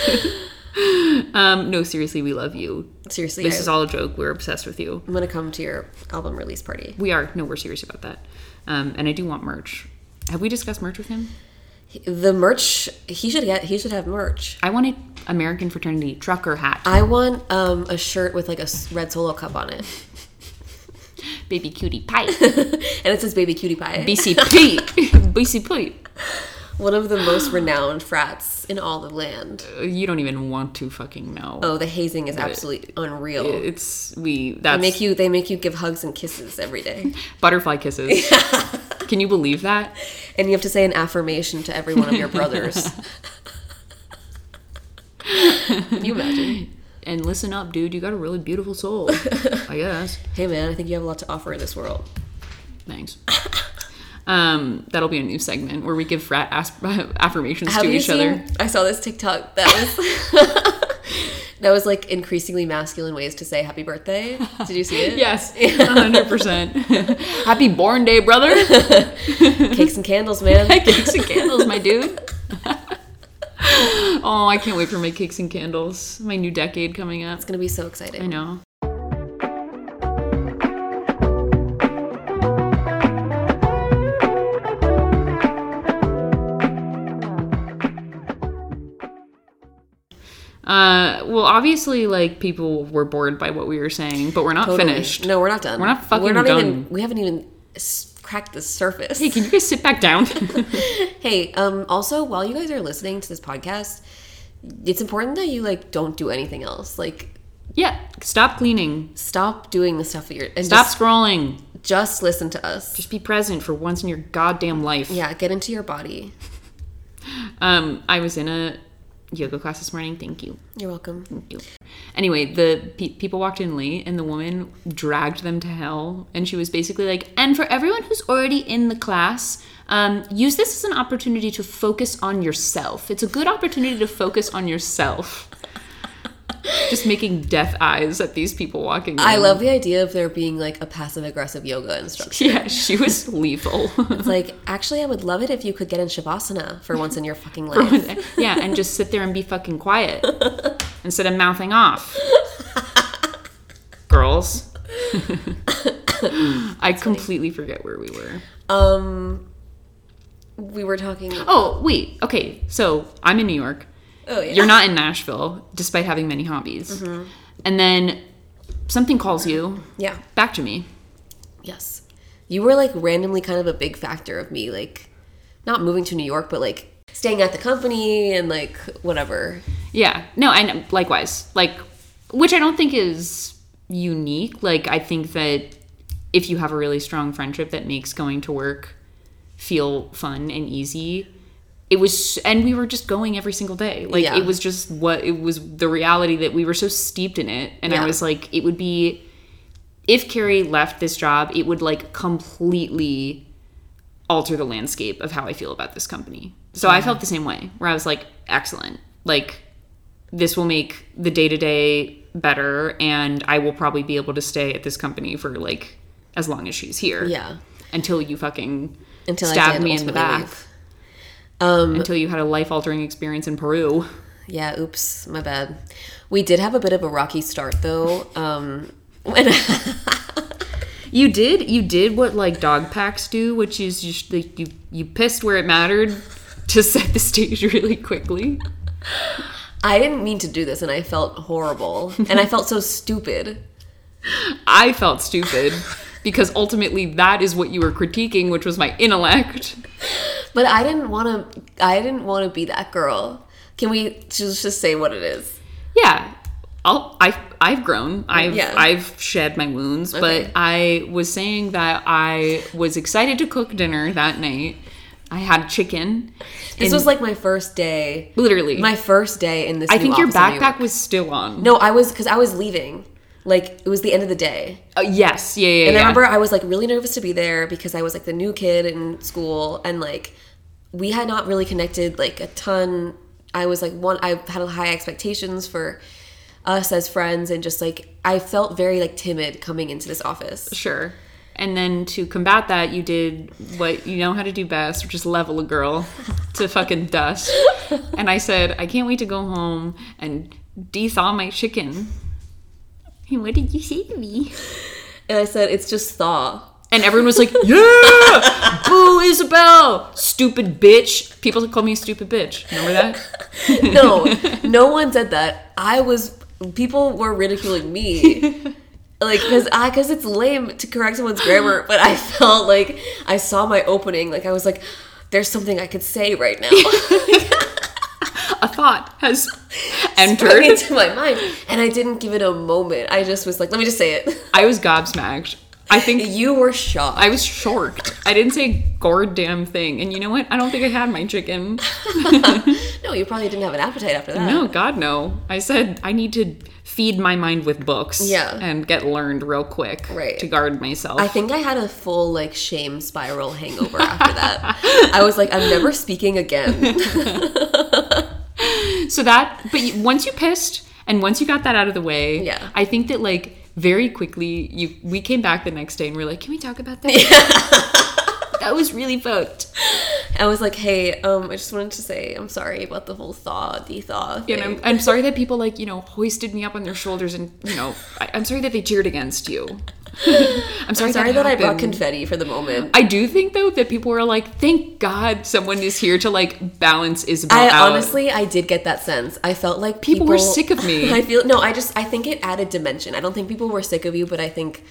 Speaker 1: um, no, seriously, we love you.
Speaker 2: Seriously,
Speaker 1: This
Speaker 2: I-
Speaker 1: is all a joke. We're obsessed with you.
Speaker 2: I'm gonna come to your album release party.
Speaker 1: We are. No, we're serious about that. Um, and I do want merch. Have we discussed merch with him?
Speaker 2: The merch he should get. He should have merch.
Speaker 1: I wanted American fraternity trucker hat.
Speaker 2: I want um, a shirt with like a s- red solo cup on it,
Speaker 1: Baby cutie pie.
Speaker 2: and it says "Baby Cutie Pie."
Speaker 1: BCP. BCP.
Speaker 2: One of the most renowned frats in all the land.
Speaker 1: Uh, You don't even want to fucking know.
Speaker 2: Oh, the hazing is absolutely unreal.
Speaker 1: It's we
Speaker 2: They
Speaker 1: that's
Speaker 2: make you they make you give hugs and kisses every day,
Speaker 1: butterfly kisses. Can you believe that?
Speaker 2: and you have to say an affirmation to every one of your brothers. Can you imagine?
Speaker 1: And listen up, dude, you got a really beautiful soul. I guess.
Speaker 2: Hey man, I think you have a lot to offer in this world.
Speaker 1: Thanks. Um, that'll be a new segment where we give frat asp- affirmations
Speaker 2: Have
Speaker 1: to
Speaker 2: you
Speaker 1: each other.
Speaker 2: seen- I saw this TikTok that was that was like increasingly masculine ways to say happy birthday. Did you see it?
Speaker 1: Yes, 100%. Happy born day, brother.
Speaker 2: Cakes and candles, man.
Speaker 1: cakes and candles, my dude. oh, I can't wait for my cakes and candles. My new decade coming up.
Speaker 2: It's gonna be so
Speaker 1: I
Speaker 2: exciting.
Speaker 1: know. Uh, well, obviously, like people were bored by what we were saying, but we're not
Speaker 2: Totally.
Speaker 1: finished.
Speaker 2: No, we're not done.
Speaker 1: We're not fucking
Speaker 2: We're not even.
Speaker 1: done.
Speaker 2: We haven't even s- cracked the surface.
Speaker 1: Hey, can you guys sit back down?
Speaker 2: Hey, um, also while you guys are listening to this podcast, it's important that you like don't do anything else. Like
Speaker 1: yeah, stop cleaning,
Speaker 2: stop doing the stuff that you're and
Speaker 1: stop scrolling,
Speaker 2: just just listen to us.
Speaker 1: just be present for once in your goddamn life.
Speaker 2: Yeah, get into your body.
Speaker 1: Um, I was in a yoga class this morning. Thank you.
Speaker 2: You're welcome.
Speaker 1: Thank you. Anyway, the pe- people walked in late, and the woman dragged them to hell. And she was basically like, "And for everyone who's already in the class, um, use this as an opportunity to focus on yourself. It's a good opportunity to focus on yourself." Just making death eyes at these people walking. In.
Speaker 2: I love the idea of there being like a passive aggressive yoga instruction.
Speaker 1: Yeah, she was lethal.
Speaker 2: It's like, actually, I would love it if you could get in Shavasana for once in your fucking life.
Speaker 1: yeah, and just sit there and be fucking quiet instead of mouthing off. Girls. I completely forget where we were.
Speaker 2: Um, we were talking.
Speaker 1: Oh, wait. Okay. So I'm in New York.
Speaker 2: Oh yeah.
Speaker 1: You're not in Nashville, despite having many hobbies. And then something calls you
Speaker 2: Yeah.
Speaker 1: back to me.
Speaker 2: Yes. You were like randomly kind of a big factor of me, like not moving to New York, but like staying at the company and like whatever.
Speaker 1: Yeah. No, and likewise. Like which I don't think is unique. Like I think that if you have a really strong friendship that makes going to work feel fun and easy, it was and we were just going every single day. Like
Speaker 2: Yeah.
Speaker 1: it was just what it was the reality that we were so steeped in it and
Speaker 2: Yeah.
Speaker 1: I was like it would be if Carrie left this job, it would like completely alter the landscape of how I feel about this company. So I felt the same way, where I was like, excellent. Like, this will make the day to day better, and I will probably be able to stay at this company for like as long as she's here.
Speaker 2: Yeah.
Speaker 1: Until you fucking
Speaker 2: Until I
Speaker 1: stabbed
Speaker 2: did
Speaker 1: me in the
Speaker 2: ultimately
Speaker 1: back.
Speaker 2: leave. Um,
Speaker 1: Until you had a life altering experience in Peru.
Speaker 2: yeah, oops, my bad. We did have a bit of a rocky start though. Um, when
Speaker 1: You did you did what like dog packs do, which is you sh- like, you you pissed where it mattered to set the stage really quickly.
Speaker 2: I didn't mean to do this and I felt horrible and I felt so stupid.
Speaker 1: I felt stupid because ultimately that is what you were critiquing, which was my intellect.
Speaker 2: But I didn't want to I didn't want to be that girl. Can we just just say what it is?
Speaker 1: Yeah. I'll, I've, I've grown. I've,
Speaker 2: Yeah.
Speaker 1: I've shed my wounds, but
Speaker 2: Okay.
Speaker 1: I was saying that I was excited to cook dinner that night. I had chicken.
Speaker 2: This
Speaker 1: and
Speaker 2: was like my first day.
Speaker 1: literally.
Speaker 2: My first day in this
Speaker 1: I
Speaker 2: new
Speaker 1: think your
Speaker 2: office in New York.
Speaker 1: backpack was still on.
Speaker 2: No, I was because I was leaving. Like it was the end of the day,
Speaker 1: Uh, yes, yeah, yeah.
Speaker 2: and
Speaker 1: yeah.
Speaker 2: I remember I was like really nervous to be there because I was like the new kid in school, and like we had not really connected like a ton. I was like one. I had high expectations for us as friends, and just like I felt very like timid coming into this office.
Speaker 1: Sure. And then to combat that, you did what you know how to do best, which is level a girl to fucking dust. And I said, I can't wait to go home and de-thaw my chicken. And what did you say to me?
Speaker 2: And I said, "It's just thaw."
Speaker 1: And everyone was like, Yeah! Boo, Isabel! Stupid bitch. People call me a stupid bitch. Remember that?
Speaker 2: No, no one said that. I was. People were ridiculing me. like because i because it's lame to correct someone's grammar but i felt like i saw my opening like i was like there's something i could say right now
Speaker 1: A thought has
Speaker 2: Sprung
Speaker 1: entered.
Speaker 2: into my mind and i didn't give it a moment i just was like let me just say it
Speaker 1: I was gobsmacked. I think
Speaker 2: you were shocked
Speaker 1: I was shorked. I didn't say a gourd damn thing. And you know what? I don't think I had my chicken.
Speaker 2: no you probably didn't have an appetite after that
Speaker 1: No, God, no. I said I need to feed my mind with books.
Speaker 2: Yeah.
Speaker 1: And get learned real quick.
Speaker 2: Right.
Speaker 1: To guard myself.
Speaker 2: i think i had a full like shame spiral hangover after that i was like i'm never speaking again
Speaker 1: so that, but you, once you pissed and once you got that out of the way,
Speaker 2: Yeah.
Speaker 1: I think that like very quickly you we came back the next day and we were like, can we talk about that? that was really fucked.
Speaker 2: i was like hey um i just wanted to say i'm sorry about the whole thaw the thaw
Speaker 1: And I'm, I'm sorry that people like you know hoisted me up on their shoulders and you know I, I'm sorry that they cheered against you. I'm sorry,
Speaker 2: sorry that i brought
Speaker 1: happened.
Speaker 2: confetti for the moment
Speaker 1: I do think though that people were like, "Thank God someone is here to like balance Isabel
Speaker 2: I
Speaker 1: out."
Speaker 2: honestly, I did get that sense. I felt like people,
Speaker 1: People were sick of me.
Speaker 2: I feel no. I just I think it added dimension. I don't think people were sick of you, but I think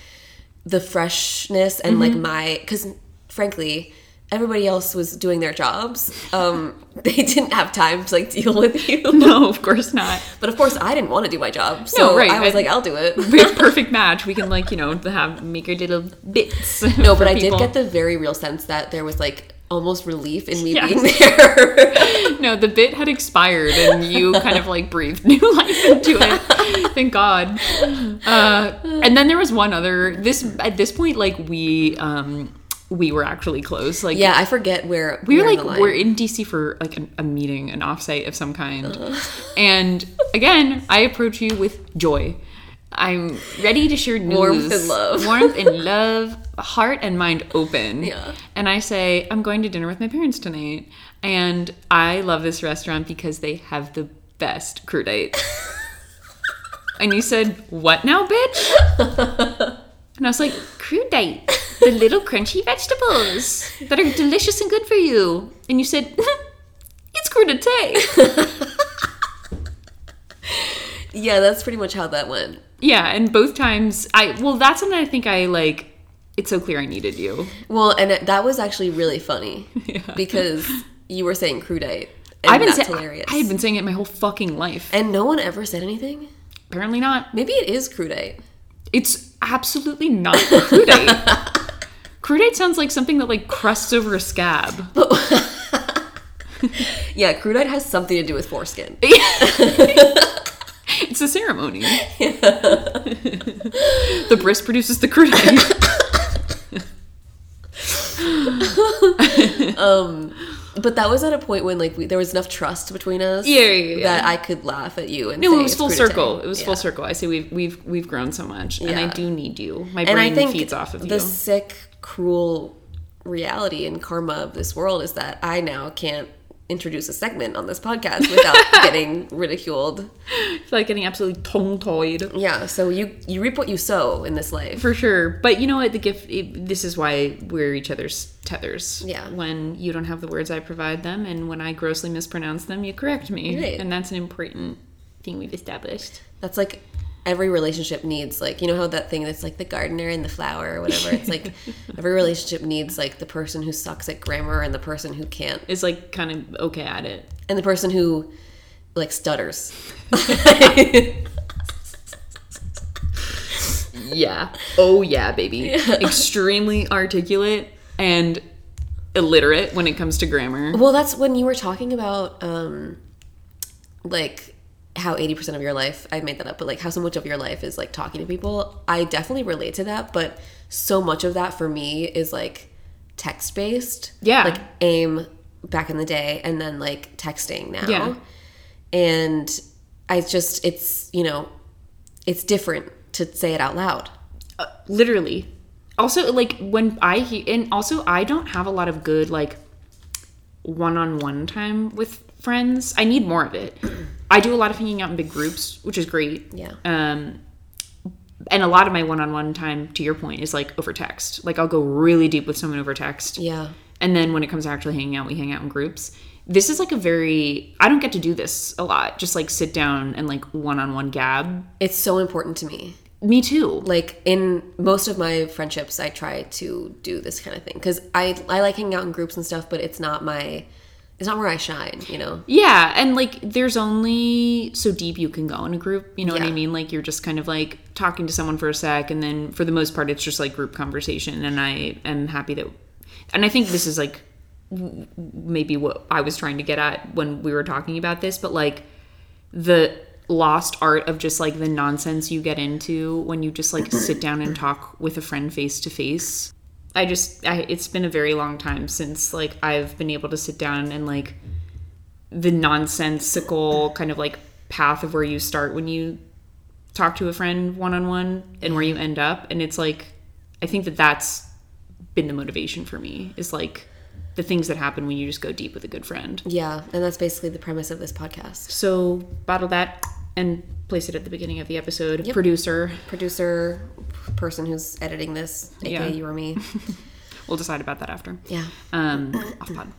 Speaker 2: the freshness and
Speaker 1: Mm-hmm.
Speaker 2: like my because frankly, everybody else was doing their jobs. Um, they didn't have time to like deal with you.
Speaker 1: no, of course not.
Speaker 2: But of course, I didn't want to do my job, so
Speaker 1: right,
Speaker 2: I was
Speaker 1: I-
Speaker 2: like, I'll do it.
Speaker 1: We have perfect match. We can like you know have make our little bits.
Speaker 2: No, but I did get the very real sense that there was like almost relief in me
Speaker 1: Yeah.
Speaker 2: being there.
Speaker 1: the no. The bit had expired, and you kind of like breathed new life into it. Thank God. Uh, and then there was one other. This at this point, like we um we were actually close. Like
Speaker 2: yeah, I forget where
Speaker 1: we were
Speaker 2: where in
Speaker 1: like
Speaker 2: the line.
Speaker 1: we're in DC for like an, a meeting, an offsite of some kind. And again, I approach you with joy. I'm ready to share news,
Speaker 2: Warmth and love.
Speaker 1: warmth and love, heart and mind open.
Speaker 2: Yeah.
Speaker 1: And I say I'm going to dinner with my parents tonight, and I love this restaurant because they have the best crudite. and you said, "What now, bitch?" And I was like, crudite, the little crunchy vegetables that are delicious and good for you. And you said, it's crudite.
Speaker 2: yeah, that's pretty much how that went.
Speaker 1: yeah, and both times I well, that's when I think I like. It's so clear I needed you.
Speaker 2: Well, and it- that was actually really funny because you were saying crudite, and
Speaker 1: I've been
Speaker 2: that's
Speaker 1: sa-
Speaker 2: hilarious.
Speaker 1: I had been saying it my whole fucking life.
Speaker 2: and no one ever said anything.
Speaker 1: Apparently not.
Speaker 2: Maybe it is crudite.
Speaker 1: It's absolutely not crudite. crudite sounds like something that like crusts over a scab.
Speaker 2: Yeah, crudite has something to do with foreskin.
Speaker 1: It's a ceremony. the bris produces the crudite.
Speaker 2: Um, But that was at a point when like we, there was enough trust between us
Speaker 1: Yeah, yeah, yeah, yeah.
Speaker 2: that I could laugh at you and
Speaker 1: No,
Speaker 2: say
Speaker 1: it was
Speaker 2: it's
Speaker 1: full
Speaker 2: crudite.
Speaker 1: circle. It was
Speaker 2: Yeah.
Speaker 1: full circle. I say we've we've we've grown so much, and I
Speaker 2: Yeah.
Speaker 1: do need you. My brain
Speaker 2: And I think
Speaker 1: feeds off of
Speaker 2: the
Speaker 1: you.
Speaker 2: sick, cruel reality and karma of this world is that I now can't introduce a segment on this podcast without getting ridiculed.
Speaker 1: I feel like getting absolutely tongue-tied
Speaker 2: Yeah, so you you reap what you sow in this life.
Speaker 1: for sure. But you know what? The gift. It, this is why we're each other's tethers.
Speaker 2: Yeah.
Speaker 1: When you don't have the words, I provide them, and when I grossly mispronounce them, you correct me,
Speaker 2: Right.
Speaker 1: and that's an important
Speaker 3: thing we've established.
Speaker 2: That's like every relationship needs like you know how that thing that's like the gardener and the flower or whatever. It's like every relationship needs like the person who sucks at grammar and the person who can't
Speaker 3: It's like kind of okay at it.
Speaker 2: and the person who like stutters.
Speaker 3: Yeah. Oh yeah, baby. Extremely articulate and illiterate when it comes to grammar.
Speaker 2: Well, that's when you were talking about um like how 80% of your life, I made that up, but like how so much of your life is like talking to people. I definitely relate to that, but so much of that for me is like text based.
Speaker 1: Yeah.
Speaker 2: Like aim back in the day and then like texting now.
Speaker 1: Yeah.
Speaker 2: And I just it's, you know, it's different to say it out loud.
Speaker 1: Uh, literally also like when i he- and also i don't have a lot of good like one-on-one time with friends i need more of it i do a lot of hanging out in big groups which is great
Speaker 2: Yeah.
Speaker 1: um and a lot of my one-on-one time to your point is like over text like i'll go really deep with someone over text
Speaker 2: Yeah.
Speaker 1: and then when it comes to actually hanging out, we hang out in groups. This is like a very I don't get to do this a lot. Just like sit down and like one on one gab.
Speaker 2: It's so important to me.
Speaker 1: Me too.
Speaker 2: like in most of my friendships i try to do this kind of thing because I, I like hanging out in groups and stuff but it's not my it's not where i shine you know
Speaker 1: Yeah, and like there's only so deep you can go in a group, you know what I
Speaker 2: Yeah.
Speaker 1: mean? Like you're just kind of like talking to someone for a sec and then for the most part it's just like group conversation and I am happy that and I think this is like w- maybe what I was trying to get at when we were talking about this, but like the lost art of just like the nonsense you get into when you just like sit down and talk with a friend face to face. I just I, it's been a very long time since like I've been able to sit down and like the nonsensical kind of like path of where you start when you talk to a friend one on one and where you end up and it's like I think that that's been the motivation for me is like the things that happen when you just go deep with a good friend.
Speaker 2: yeah and that's basically the premise of this podcast
Speaker 1: So bottle that and place it at the beginning of the episode. Producer
Speaker 2: producer person who's editing this aka
Speaker 1: Yeah.
Speaker 2: you or me
Speaker 1: will decide about that after.
Speaker 2: yeah
Speaker 1: Um off pod.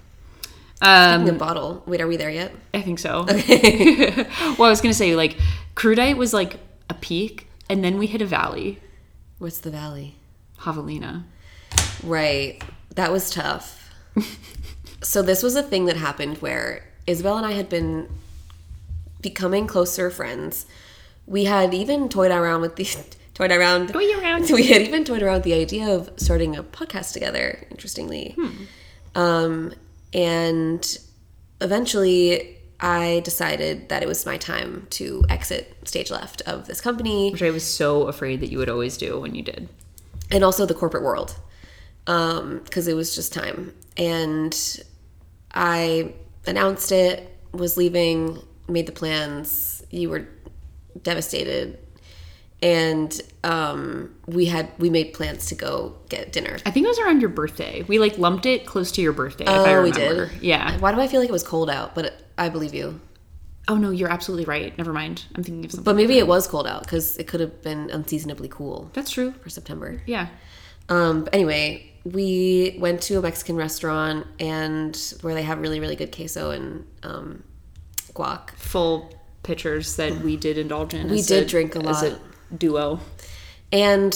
Speaker 1: Um,
Speaker 2: the bottle wait are we there yet
Speaker 1: I think so. well, I was gonna say like crudite was like a peak and then we hit a valley.
Speaker 2: what's the valley
Speaker 1: Javelina.
Speaker 2: Right. That was tough. so this was a thing that happened where Isabel and I had been becoming closer friends. We had even toyed around with the toyed around
Speaker 1: Toy around.
Speaker 2: We had even toyed around with the idea of starting a podcast together, interestingly. Um and eventually I decided that it was my time to exit stage left of this company
Speaker 1: Which I was so afraid that you would always do when you did.
Speaker 2: and also the corporate world because it was just time and i announced it was leaving made the plans you were devastated and um, we had we made plans to go get dinner
Speaker 1: I think it was around your birthday. We like lumped it close to your birthday. if I
Speaker 2: Oh, we
Speaker 1: remember.
Speaker 2: did?
Speaker 1: Yeah.
Speaker 2: why do i feel like it was cold out but i believe you
Speaker 1: Oh no, you're absolutely right. Never mind. I'm thinking of something.
Speaker 2: but maybe it was cold out because it could have been unseasonably cool
Speaker 1: That's true.
Speaker 2: for september
Speaker 1: Yeah.
Speaker 2: Um, but anyway, we went to a Mexican restaurant and where they have really, really good queso and um, guac.
Speaker 1: Full pictures that we did indulge in. We
Speaker 2: did drink a
Speaker 1: As a duo.
Speaker 2: And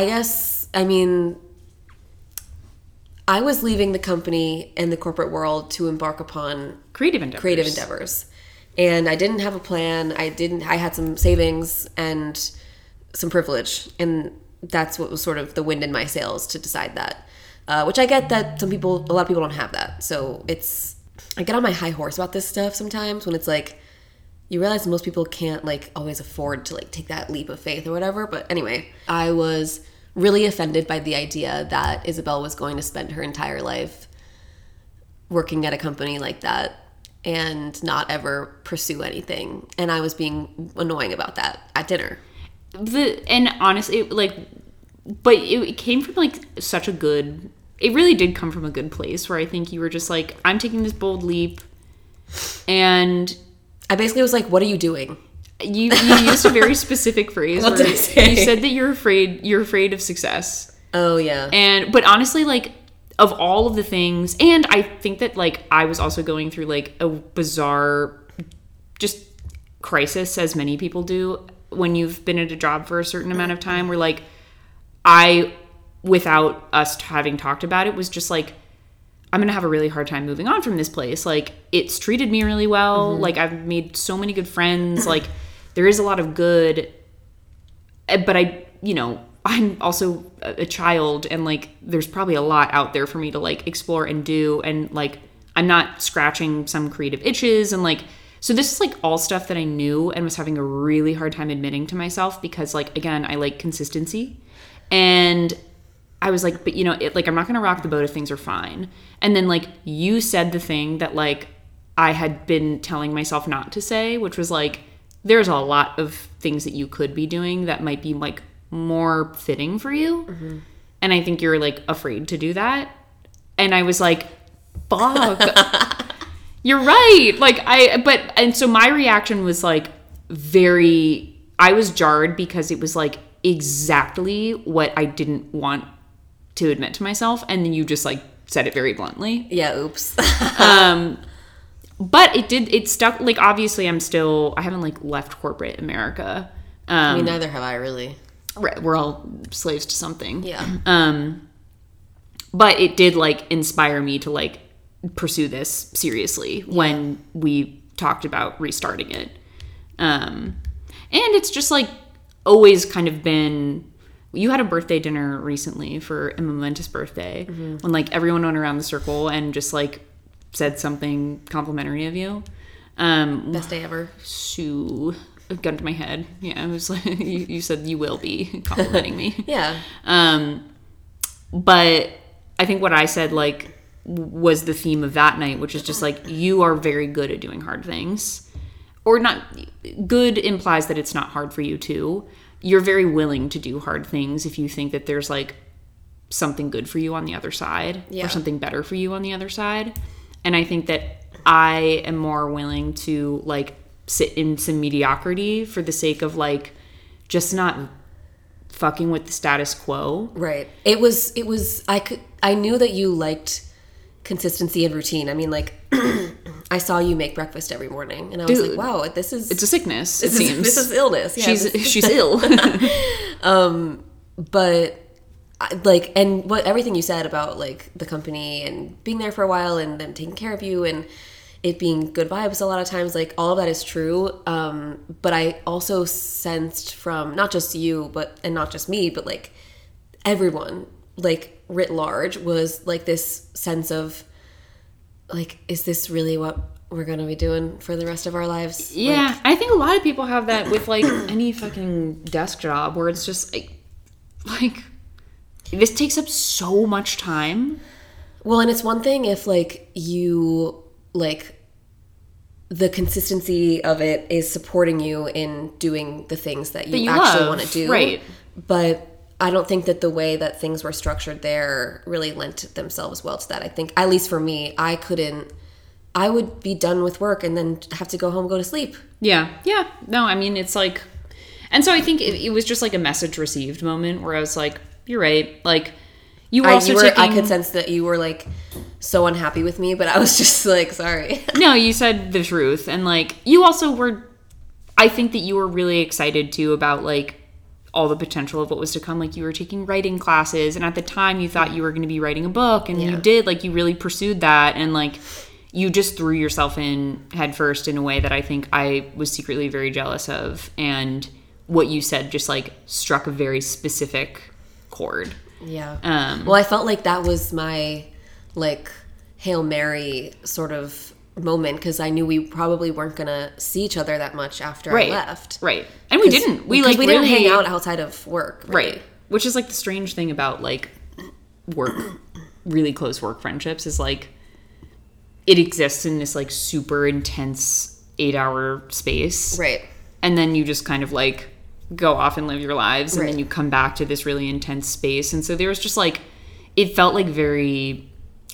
Speaker 2: I guess, I mean, I was leaving the company and the corporate world to embark upon
Speaker 1: Creative endeavors.
Speaker 2: creative endeavors. And I didn't have a plan. I didn't, I had some savings and some privilege. And that's what was sort of the wind in my sails to decide that. Uh, which I get that some people, a lot of people don't have that. So it's, I get on my high horse about this stuff sometimes when it's like, you realize most people can't like always afford to like take that leap of faith or whatever. But anyway, I was really offended by the idea that Isabel was going to spend her entire life working at a company like that and not ever pursue anything. And I was being annoying about that at dinner.
Speaker 1: The and honestly, it, like, but it, it came from like such a good. It really did come from a good place where I think you were just like, I'm taking this bold leap, and
Speaker 2: I basically was like, What are you doing?
Speaker 1: you you used a very specific phrase.
Speaker 2: What
Speaker 1: where
Speaker 2: did I say?
Speaker 1: You said that you're afraid. You're afraid of success.
Speaker 2: Oh, yeah.
Speaker 1: And but honestly, like of all of the things, and I think that like I was also going through like a bizarre, just crisis as many people do when you've been at a job for a certain amount of time where like I without us having talked about it was just like I'm going to have a really hard time moving on from this place. Like it's treated me really well. Like I've made so many good friends. like there is a lot of good uh, but I, you know, I'm also a a child and like there's probably a lot out there for me to like explore and do and like I'm not scratching some creative itches and like so this is like all stuff that I knew and was having a really hard time admitting to myself because like again, I like consistency and I was like, but you know, it, like I'm not gonna rock the boat if things are fine. And then like you said the thing that like I had been telling myself not to say, which was like, there's a lot of things that you could be doing that might be like more fitting for you. And I think you're like afraid to do that. And I was like, fuck. you're right. Like I, but and so my reaction was like very. I was jarred because it was like exactly what I didn't want to admit to myself, and then you just like said it very bluntly
Speaker 2: Yeah, oops.
Speaker 1: but it did it stuck like obviously i'm still i haven't like left corporate america
Speaker 2: I mean, neither have I really.
Speaker 1: Right, we're all slaves to something
Speaker 2: Yeah.
Speaker 1: but it did like inspire me to like pursue this seriously when we talked about restarting it um and it's just like always kind of been you had a birthday dinner recently for a momentous birthday when like everyone went around the circle and just like said something complimentary of you um
Speaker 2: Best day ever.
Speaker 1: Sue. A gun to my head. Yeah, I was like, you, you said you will be complimenting me.
Speaker 2: Yeah.
Speaker 1: Um, but I think what I said like w- was the theme of that night, which is just like you are very good at doing hard things, or not. Good implies that it's not hard for you too. You're very willing to do hard things if you think that there's like something good for you on the other side
Speaker 2: Yeah.
Speaker 1: or something better for you on the other side. And I think that I am more willing to like sit in some mediocrity for the sake of like just not fucking with the status quo.
Speaker 2: Right. It was it was I could I knew that you liked consistency and routine. I mean like I saw you make breakfast every morning and I was
Speaker 1: Dude.
Speaker 2: like, wow, this is
Speaker 1: It's a sickness, it
Speaker 2: this,
Speaker 1: seems.
Speaker 2: is, this is illness. Yeah,
Speaker 1: she's
Speaker 2: this-
Speaker 1: she's ill.
Speaker 2: but I, like and what everything you said about like the company and being there for a while and them taking care of you and it being good vibes a lot of times like all of that is true um but i also sensed from not just you but and not just me but like everyone like writ large was like this sense of like is this really what we're gonna be doing for the rest of our lives Like,
Speaker 1: yeah, I think a lot of people have that with like any fucking desk job where it's just like like this takes up so much time.
Speaker 2: Well, and it's one thing if like you like the consistency of it is supporting you in doing the things that you,
Speaker 1: you
Speaker 2: actually
Speaker 1: love,
Speaker 2: want to do.
Speaker 1: right.
Speaker 2: But I don't think that the way that things were structured there really lent themselves well to that. I think at least for me, I couldn't I would be done with work and then have to go home, go to sleep.
Speaker 1: Yeah. Yeah. No, I mean, it's like, and so I think it, it was just like a message received moment where I was like, you're right. Like, you were
Speaker 2: I,
Speaker 1: also
Speaker 2: you were,
Speaker 1: taking.
Speaker 2: I could sense that you were like so unhappy with me, but I was just like, sorry.
Speaker 1: no, you said the truth. And like, you also were, I think that you were really excited too about like all the potential of what was to come. Like, you were taking writing classes. And at the time, you thought you were going to be writing a book. And you did. Like, you really pursued that. And like, you just threw yourself in headfirst in a way that I think I was secretly very jealous of. And what you said just like struck a very specific chord.
Speaker 2: Yeah.
Speaker 1: Um,
Speaker 2: well, I felt like that was my like Hail Mary sort of moment because I knew we probably weren't gonna see each other that much after
Speaker 1: Right.
Speaker 2: I left.
Speaker 1: Right. And we didn't. We
Speaker 2: 'Cause
Speaker 1: like
Speaker 2: we
Speaker 1: really
Speaker 2: didn't hang out outside of work.
Speaker 1: Right. Which is like the strange thing about like work, really close work friendships is like it exists in this like super intense eight hour space.
Speaker 2: Right.
Speaker 1: And then you just kind of like go off and live your lives and then
Speaker 2: Right.
Speaker 1: you come back to this really intense space. And so there was just like, it felt like very,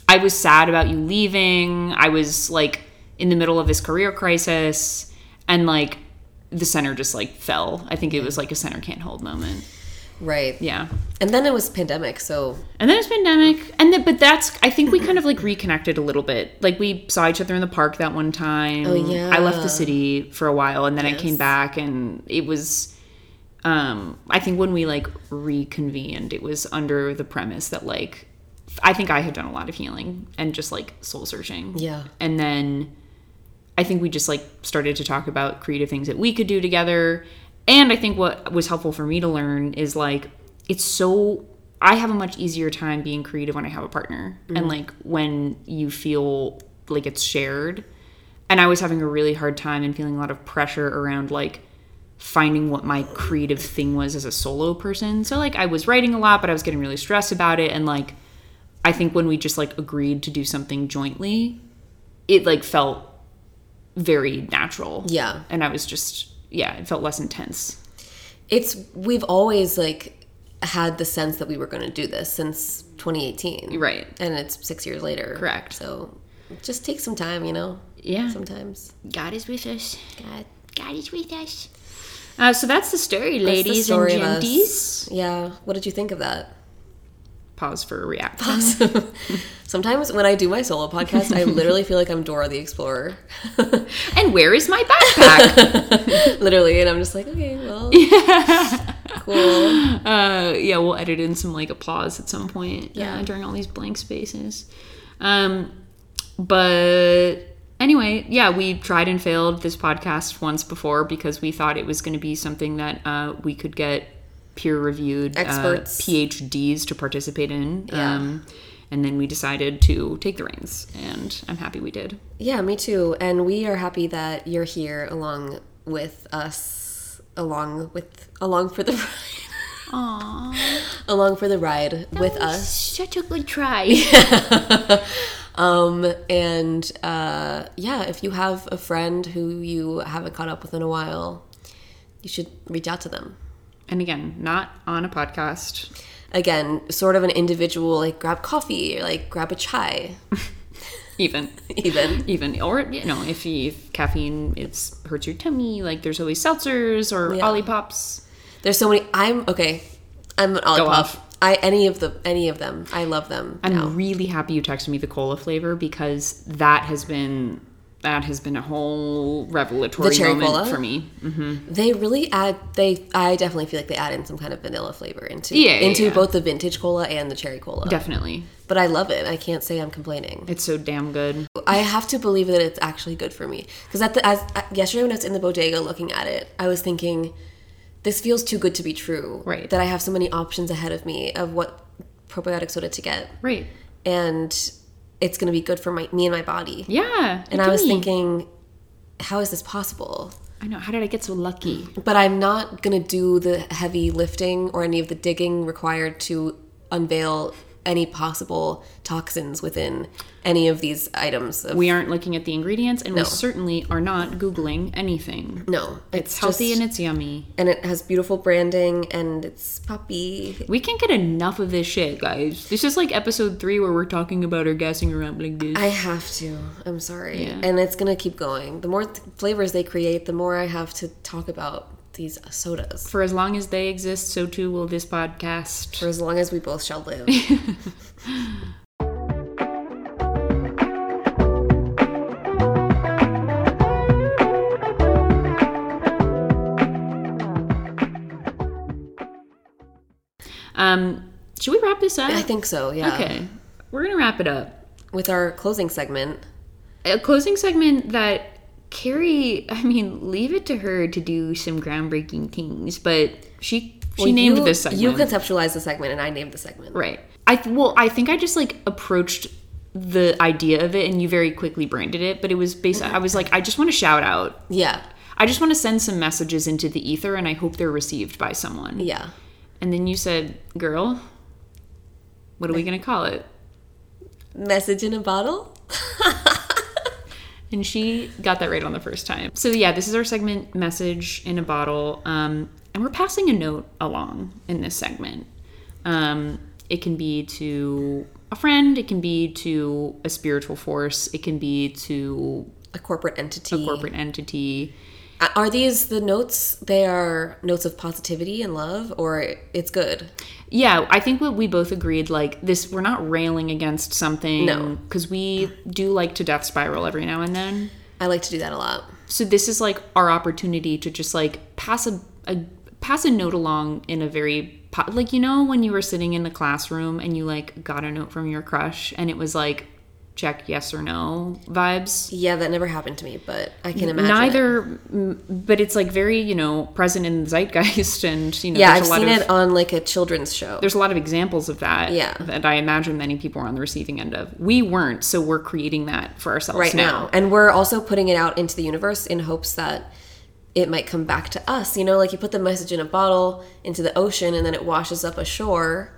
Speaker 1: I was sad about you leaving. I was like in the middle of this career crisis and like, the center just like fell. I think it was like a center can't hold moment.
Speaker 2: Right.
Speaker 1: Yeah.
Speaker 2: And then it was pandemic, so
Speaker 1: And then it's pandemic, and then but that's I think we kind of like reconnected a little bit. Like we saw each other in the park that one time. Oh
Speaker 2: yeah.
Speaker 1: I left the city for a while, and then I came
Speaker 2: Yes.
Speaker 1: back, and it was. Um, I think when we like reconvened, it was under the premise that like I think I had done a lot of healing and just like soul searching.
Speaker 2: Yeah.
Speaker 1: and then I think we just like started to talk about creative things that we could do together. And I think what was helpful for me to learn is like it's so I have a much easier time being creative when I have a partner and like when you feel like it's shared. And I was having a really hard time and feeling a lot of pressure around like finding what my creative thing was as a solo person. So like I was writing a lot, but I was getting really stressed about it and like I think when we just like agreed to do something jointly, it like felt very natural.
Speaker 2: Yeah.
Speaker 1: And I was just yeah, it felt less intense.
Speaker 2: it's we've always like had the sense that we were going to do this since 2018.
Speaker 1: Right.
Speaker 2: And it's 6 years later.
Speaker 1: Correct.
Speaker 2: So just take some time, you know.
Speaker 1: Yeah.
Speaker 2: Sometimes.
Speaker 1: God is with us.
Speaker 2: God.
Speaker 1: God is with us. Uh, so that's the story,
Speaker 2: That's the
Speaker 1: ladies
Speaker 2: story of
Speaker 1: and
Speaker 2: us.
Speaker 1: genties.
Speaker 2: Yeah. What did you think of that?
Speaker 1: Pause for a reaction.
Speaker 2: Sometimes when I do my solo podcast, I literally feel like I'm Dora the Explorer.
Speaker 1: And where is my backpack?
Speaker 2: literally, and I'm just like, okay, well, cool.
Speaker 1: uh, yeah, we'll edit in some like applause at some point. Yeah,
Speaker 2: Yeah.
Speaker 1: during all these blank spaces. Um, but anyway, yeah, we tried and failed this podcast once before because we thought it was going to be something that uh, we could get peer reviewed
Speaker 2: Experts.
Speaker 1: uh, PhDs to participate in.
Speaker 2: Yeah.
Speaker 1: Um, and then we decided to take the reins, and I'm happy we did.
Speaker 2: Yeah, me too. And we are happy that you're here along with us, along with along for the ride,
Speaker 1: Aww,
Speaker 2: along for the ride with us.
Speaker 1: such a good try.
Speaker 2: Um, and uh, yeah, if you have a friend who you haven't caught up with in a while, you should reach out to them.
Speaker 1: and again, not on a podcast.
Speaker 2: Again, sort of an individual, like grab coffee, or, like grab a chai,
Speaker 1: Even.
Speaker 2: even.
Speaker 1: Even. Or, you know, if, you, if caffeine it's, hurts your tummy, like there's always seltzers or
Speaker 2: Yeah.
Speaker 1: Ollie Pops.
Speaker 2: There's so many. I'm okay. I'm an Olipop.
Speaker 1: off.
Speaker 2: I any of the any of them. I love them.
Speaker 1: I'm
Speaker 2: now.
Speaker 1: really happy you texted me the cola flavor because that has been. That has been a whole revelatory
Speaker 2: The cherry
Speaker 1: moment
Speaker 2: cola?
Speaker 1: for me. Mm-hmm.
Speaker 2: They really add. They. I definitely feel like they add in some kind of vanilla flavor into
Speaker 1: Yeah, yeah,
Speaker 2: into
Speaker 1: yeah.
Speaker 2: both the vintage cola and the cherry cola.
Speaker 1: Definitely.
Speaker 2: But I love it. I can't say I'm complaining.
Speaker 1: It's so damn good.
Speaker 2: I have to believe that it's actually good for me because at the as uh, yesterday when I was in the bodega looking at it, I was thinking, this feels too good to be true.
Speaker 1: Right.
Speaker 2: That I have so many options ahead of me of what probiotic soda to get,
Speaker 1: Right.
Speaker 2: and it's going to be good for my me and my body.
Speaker 1: Yeah.
Speaker 2: and I was
Speaker 1: agree.
Speaker 2: thinking, how is this possible?
Speaker 1: I know. How did I get so lucky?
Speaker 2: But I'm not going to do the heavy lifting or any of the digging required to unveil any possible toxins within any of these items. Of,
Speaker 1: We aren't looking at the ingredients and we certainly are not Googling anything.
Speaker 2: no,
Speaker 1: It's healthy
Speaker 2: just-
Speaker 1: and it's yummy.
Speaker 2: and it has beautiful branding and it's puppy.
Speaker 1: We can't get enough of this shit, guys. This is like episode three where we're talking about our gassing around like this.
Speaker 2: I have to. I'm sorry. And it's going to keep going. The more th- flavors they create, the more I have to talk about these sodas
Speaker 1: For as long as they exist, so too will this podcast.
Speaker 2: for as long as we both shall live.
Speaker 1: Um, should we wrap this up?
Speaker 2: I think so, yeah.
Speaker 1: Okay, we're gonna wrap it up.
Speaker 2: With our closing segment,
Speaker 1: A closing segment that Carrie, I mean, leave it to her to do some groundbreaking things, but she she
Speaker 2: Well,
Speaker 1: named
Speaker 2: you-
Speaker 1: this segment.
Speaker 2: You conceptualized the segment and I named the segment.
Speaker 1: Right. I th- well, I think I just like approached the idea of it, and you very quickly branded it. But it was based. I was like, I just want to shout out.
Speaker 2: Yeah.
Speaker 1: I just want to send some messages into the ether, and I hope they're received by someone.
Speaker 2: Yeah.
Speaker 1: And then you said, "Girl, what are we gonna call it?"
Speaker 2: Message in a bottle?
Speaker 1: And she got that right on the first time. So yeah, this is our segment, message in a bottle, um, and we're passing a note along in this segment. Um, it can be to a friend, it can be to a spiritual force, it can be to
Speaker 2: A corporate entity.
Speaker 1: corporate entity.
Speaker 2: Are these the notes? They are notes of positivity and love, or it's good.
Speaker 1: Yeah, I think what we both agreed like this we're not railing against something
Speaker 2: No.
Speaker 1: cuz we do like to death spiral every now and then.
Speaker 2: I like to do that a lot.
Speaker 1: So this is like our opportunity to just like pass a, a pass a note along in a very po- like you know when you were sitting in the classroom and you like got a note from your crush and it was like check yes or no vibes.
Speaker 2: Yeah, that never happened to me, but I can imagine. it.
Speaker 1: Neither, m but it's like very you know present in the zeitgeist, and you know
Speaker 2: Yeah, I've
Speaker 1: there's a lot
Speaker 2: seen
Speaker 1: of
Speaker 2: it on like a children's show.
Speaker 1: there's a lot of examples of that.
Speaker 2: Yeah.
Speaker 1: that I imagine many people are on the receiving end of. We weren't, so we're creating that for ourselves
Speaker 2: right now. And we're also putting it out into the universe in hopes that it might come back to us. You know, like you put the message in a bottle into the ocean and then it washes up ashore,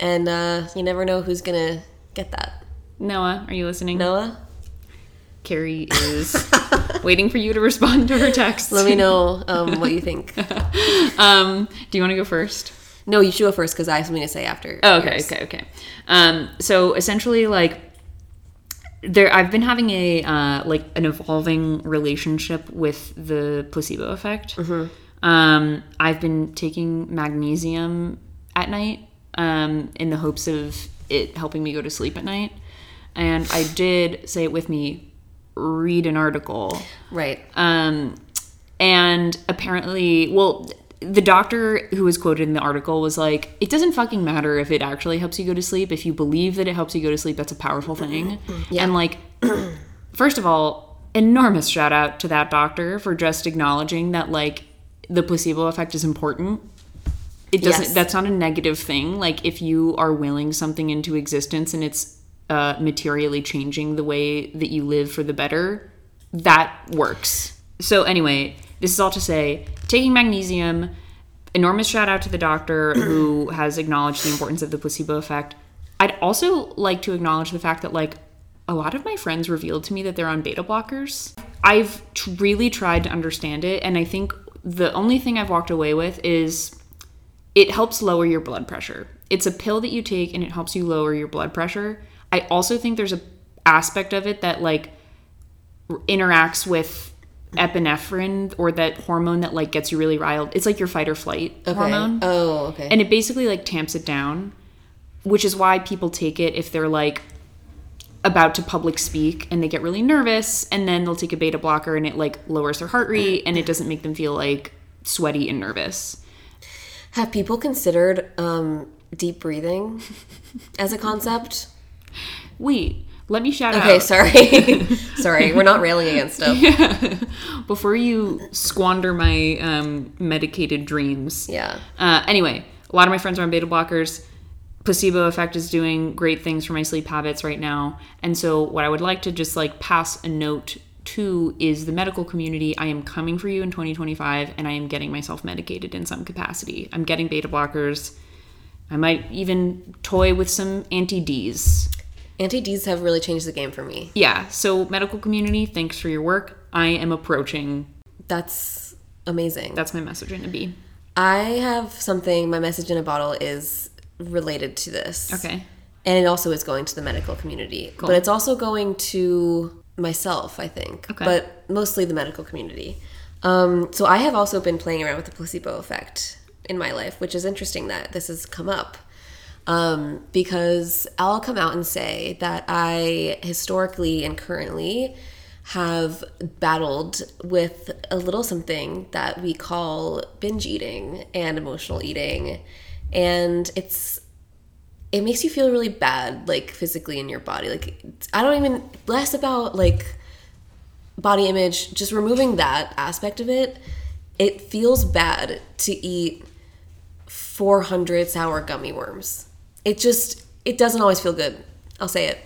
Speaker 2: and uh, you never know who's gonna get that.
Speaker 1: Noah, are you listening?
Speaker 2: Noah,
Speaker 1: Carrie is waiting for you to respond to her text.
Speaker 2: let me know um, what you think.
Speaker 1: Um, do you want to go first?
Speaker 2: No, you should go first because I have something to say after.
Speaker 1: Oh, okay, okay, okay. Um, so essentially, like there, I've been having a uh, like an evolving relationship with the placebo effect. Um, I've been taking magnesium at night um, in the hopes of it helping me go to sleep at night, and I did say it with me. Read an article.
Speaker 2: Right.
Speaker 1: Um, and apparently, well, the doctor who was quoted in the article was like, it doesn't fucking matter if it actually helps you go to sleep. If you believe that it helps you go to sleep, that's a powerful thing. And like, first of all, enormous shout out to that doctor for just acknowledging that like the placebo effect is important. It doesn't
Speaker 2: Yes.
Speaker 1: that's not a negative thing. Like if you are willing something into existence and it's uh, materially changing the way that you live for the better, that works. So anyway, this is all to say taking magnesium, enormous shout out to the doctor who has acknowledged the importance of the placebo effect. I'd also like to acknowledge the fact that like a lot of my friends revealed to me that they're on beta blockers. I've t- really tried to understand it and I think the only thing I've walked away with is it helps lower your blood pressure. It's a pill that you take and it helps you lower your blood pressure. I also think there's a aspect of it that like r- interacts with epinephrine or that hormone that like gets you really riled. It's like your fight or flight
Speaker 2: Okay.
Speaker 1: hormone.
Speaker 2: Oh, okay.
Speaker 1: And it basically like tamps it down, which is why people take it if they're like about to public speak and they get really nervous and then they'll take a beta blocker and it like lowers their heart rate and it doesn't make them feel like sweaty and nervous.
Speaker 2: have people considered um, deep breathing as a concept?
Speaker 1: Wait, let me shout
Speaker 2: Okay,
Speaker 1: out
Speaker 2: sorry. sorry, we're not railing against stuff.
Speaker 1: before you squander my um, medicated dreams.
Speaker 2: Yeah.
Speaker 1: Uh, anyway, a lot of my friends are on beta blockers. Placebo effect is doing great things for my sleep habits right now. And so, what I would like to just like pass a note to is the medical community. I am coming for you in 2025 and I am getting myself medicated in some capacity. I'm getting beta blockers. I might even toy with some anti D's.
Speaker 2: Anti D's have really changed the game for me.
Speaker 1: Yeah, so medical community, thanks for your work. I am approaching.
Speaker 2: That's amazing.
Speaker 1: That's my message in a B.
Speaker 2: I have something, my message in a bottle is related to this.
Speaker 1: Okay.
Speaker 2: And it also is going to the medical community. But it's also going to myself, I think.
Speaker 1: Okay.
Speaker 2: But mostly the medical community. Um, so I have also been playing around with the placebo effect in my life, which is interesting that this has come up. Um, because I'll come out and say that I historically and currently have battled with a little something that we call binge eating and emotional eating. And it's it makes you feel really bad like physically in your body like it's- i don't even less about like body image just removing that aspect of it it feels bad to eat 400 sour gummy worms it just it doesn't always feel good i'll say it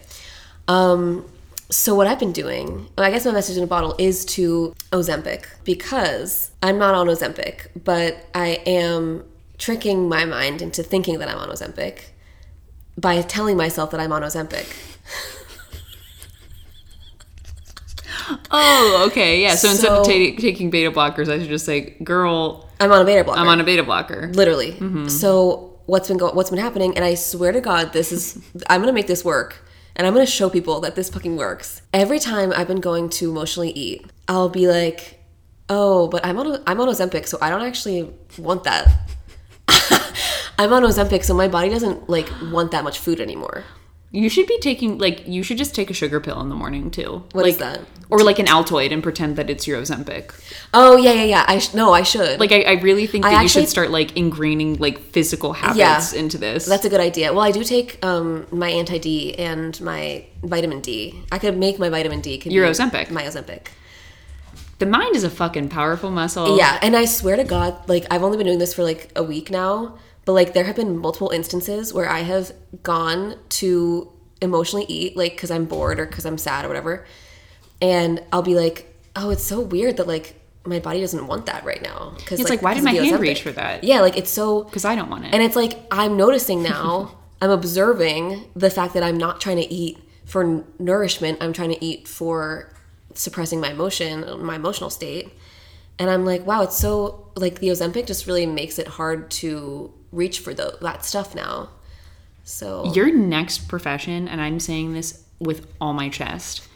Speaker 2: um so what i've been doing i guess my message in a bottle is to ozempic because i'm not on ozempic but i am tricking my mind into thinking that i'm on ozempic by telling myself that I'm on Ozempic.
Speaker 1: Oh, okay. Yeah. So, instead of
Speaker 2: So-
Speaker 1: ta- taking beta blockers, I should just say, girl,
Speaker 2: I'm on a beta blocker.
Speaker 1: I'm on a beta blocker.
Speaker 2: literally.
Speaker 1: Mm-hmm.
Speaker 2: So what's been go- what's been happening? And I swear to God, this is I'm gonna make this work, and I'm gonna show people that this fucking works. Every time I've been going to emotionally eat, I'll be like, Oh, but I'm on I'm on Ozempic, so I don't actually want that. I'm on Ozempic, so my body doesn't like want that much food anymore.
Speaker 1: You should be taking like you should just take a sugar pill in the morning too.
Speaker 2: What
Speaker 1: What
Speaker 2: is
Speaker 1: is
Speaker 2: that?
Speaker 1: Or like an Altoid and pretend that it's your Ozempic.
Speaker 2: Oh yeah, yeah, yeah. I sh- no, I should.
Speaker 1: Like I, I really think
Speaker 2: I
Speaker 1: that you
Speaker 2: actually-
Speaker 1: should start like ingraining like physical habits
Speaker 2: Yeah.
Speaker 1: into this.
Speaker 2: That's a good idea. Well, I do take um, my anti D and my vitamin D. I could make my vitamin D. Could
Speaker 1: Your
Speaker 2: be
Speaker 1: Ozempic.
Speaker 2: My Ozempic.
Speaker 1: the mind is a fucking powerful muscle.
Speaker 2: Yeah, and I swear to God, like I've only been doing this for like a week now, but like there have been multiple instances where I have gone to emotionally eat, like because I'm bored or because I'm sad or whatever, and I'll be like, oh, it's so weird that like my body doesn't want that right now. Because
Speaker 1: It's like, why did my hand reach for that?
Speaker 2: Yeah, like it's so
Speaker 1: Because I don't want it.
Speaker 2: and it's like I'm noticing now, I'm observing the fact that I'm not trying to eat for n- nourishment, I'm trying to eat for suppressing my emotion, my emotional state. And I'm like, wow, it's so like the Ozempic just really makes it hard to reach for tho- that stuff now. So
Speaker 1: Your next profession, and I'm saying this with all my chest,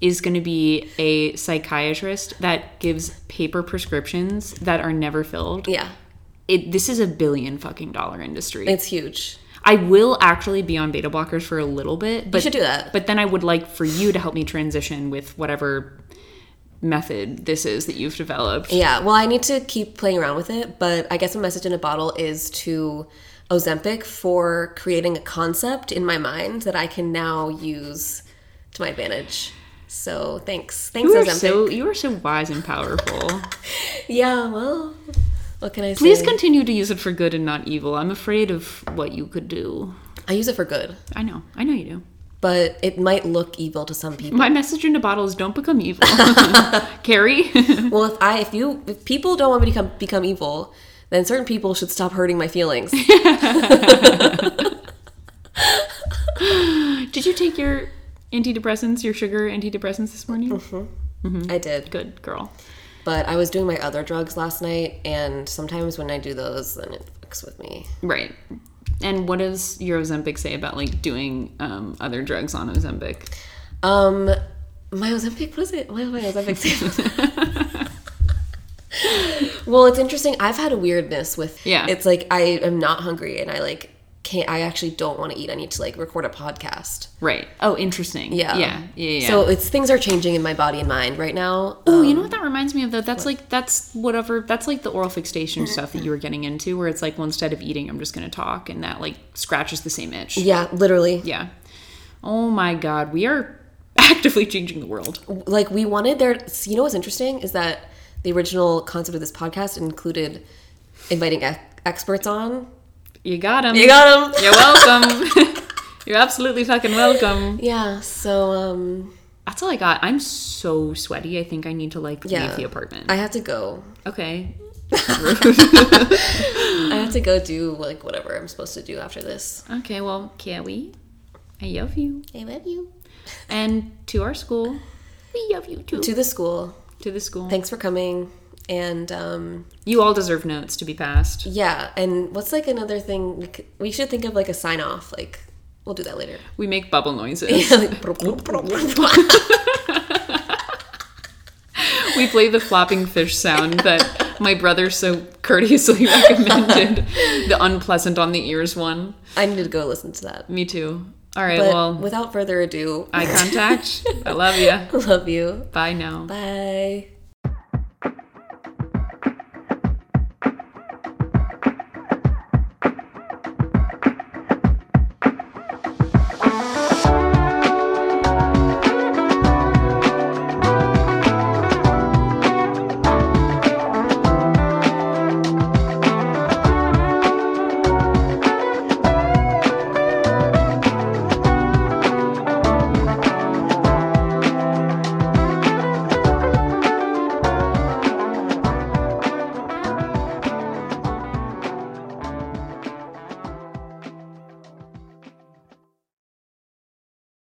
Speaker 1: is going to be a psychiatrist that gives paper prescriptions that are never filled.
Speaker 2: yeah,
Speaker 1: It, this is a billion fucking dollar industry.
Speaker 2: it's huge.
Speaker 1: I will actually be on beta blockers for a little bit, but
Speaker 2: should do that.
Speaker 1: But then I would like for you to help me transition with whatever method this is that you've developed.
Speaker 2: Yeah, well, I need to keep playing around with it, but I guess a message in a bottle is to Ozempic for creating a concept in my mind that I can now use to my advantage. So thanks, thanks
Speaker 1: You are
Speaker 2: Ozempic.
Speaker 1: so you are so wise and powerful.
Speaker 2: yeah, well, what can I say?
Speaker 1: Please continue to use it for good and not evil. I'm afraid of what you could do.
Speaker 2: I use it for good,
Speaker 1: I know. I know you do.
Speaker 2: but it might look evil to some people.
Speaker 1: My message in a bottle is don't become evil. Carrie?
Speaker 2: well, if I, if you, if people don't want me to become become evil, then certain people should stop hurting my feelings.
Speaker 1: Did you take your antidepressants, your sugar antidepressants this morning?
Speaker 2: Mm-hmm. I did,
Speaker 1: Good girl.
Speaker 2: but I was doing my other drugs last night, and sometimes when I do those, then it fucks with me.
Speaker 1: Right. And what does your Ozempic say about like doing um, other drugs on Ozempic?
Speaker 2: Um, my Ozempic, what is it? Why is my Ozempic saying- well, it's interesting. I've had a weirdness with.
Speaker 1: Yeah.
Speaker 2: It's like I am not hungry, and I like can't. I actually don't want to eat. I need to like record a podcast.
Speaker 1: Right. Oh, interesting.
Speaker 2: Yeah.
Speaker 1: Yeah. Yeah. yeah.
Speaker 2: So it's things are changing in my body and mind right now. Um,
Speaker 1: Oh, you know what that reminds me of though? That's like that's whatever that's like the oral fixation
Speaker 2: Mm-hmm.
Speaker 1: stuff that you were getting into where it's like well instead of eating I'm just gonna talk and that like scratches the same itch.
Speaker 2: Yeah, literally.
Speaker 1: Yeah. Oh my god, we are actively changing the world.
Speaker 2: Like we wanted there. You know what's interesting is that the original concept of this podcast included inviting ex- experts on.
Speaker 1: You got him.
Speaker 2: You got them.
Speaker 1: You're welcome. You're absolutely fucking welcome.
Speaker 2: Yeah. So um,
Speaker 1: That's all I got. I'm so sweaty. I think I need to like
Speaker 2: Yeah.
Speaker 1: leave the apartment.
Speaker 2: I have to go.
Speaker 1: okay.
Speaker 2: I have to go do like whatever I'm supposed to do after this.
Speaker 1: Okay, well, Kiwi, I love you.
Speaker 2: I love you.
Speaker 1: And to our school, we love you too.
Speaker 2: To the school.
Speaker 1: To the school.
Speaker 2: Thanks for coming. And um,
Speaker 1: You all deserve notes to be passed.
Speaker 2: yeah, and what's like another thing we, could, we should think of like a sign off. Like we'll do that later.
Speaker 1: We make bubble noises.
Speaker 2: Like,
Speaker 1: we play the flopping fish sound that my brother so courteously recommended. the unpleasant on the ears one.
Speaker 2: I need to go listen to that.
Speaker 1: Me too. All right,
Speaker 2: But
Speaker 1: well,
Speaker 2: without further ado,
Speaker 1: eye contact. I love you.
Speaker 2: love you.
Speaker 1: Bye now.
Speaker 2: Bye.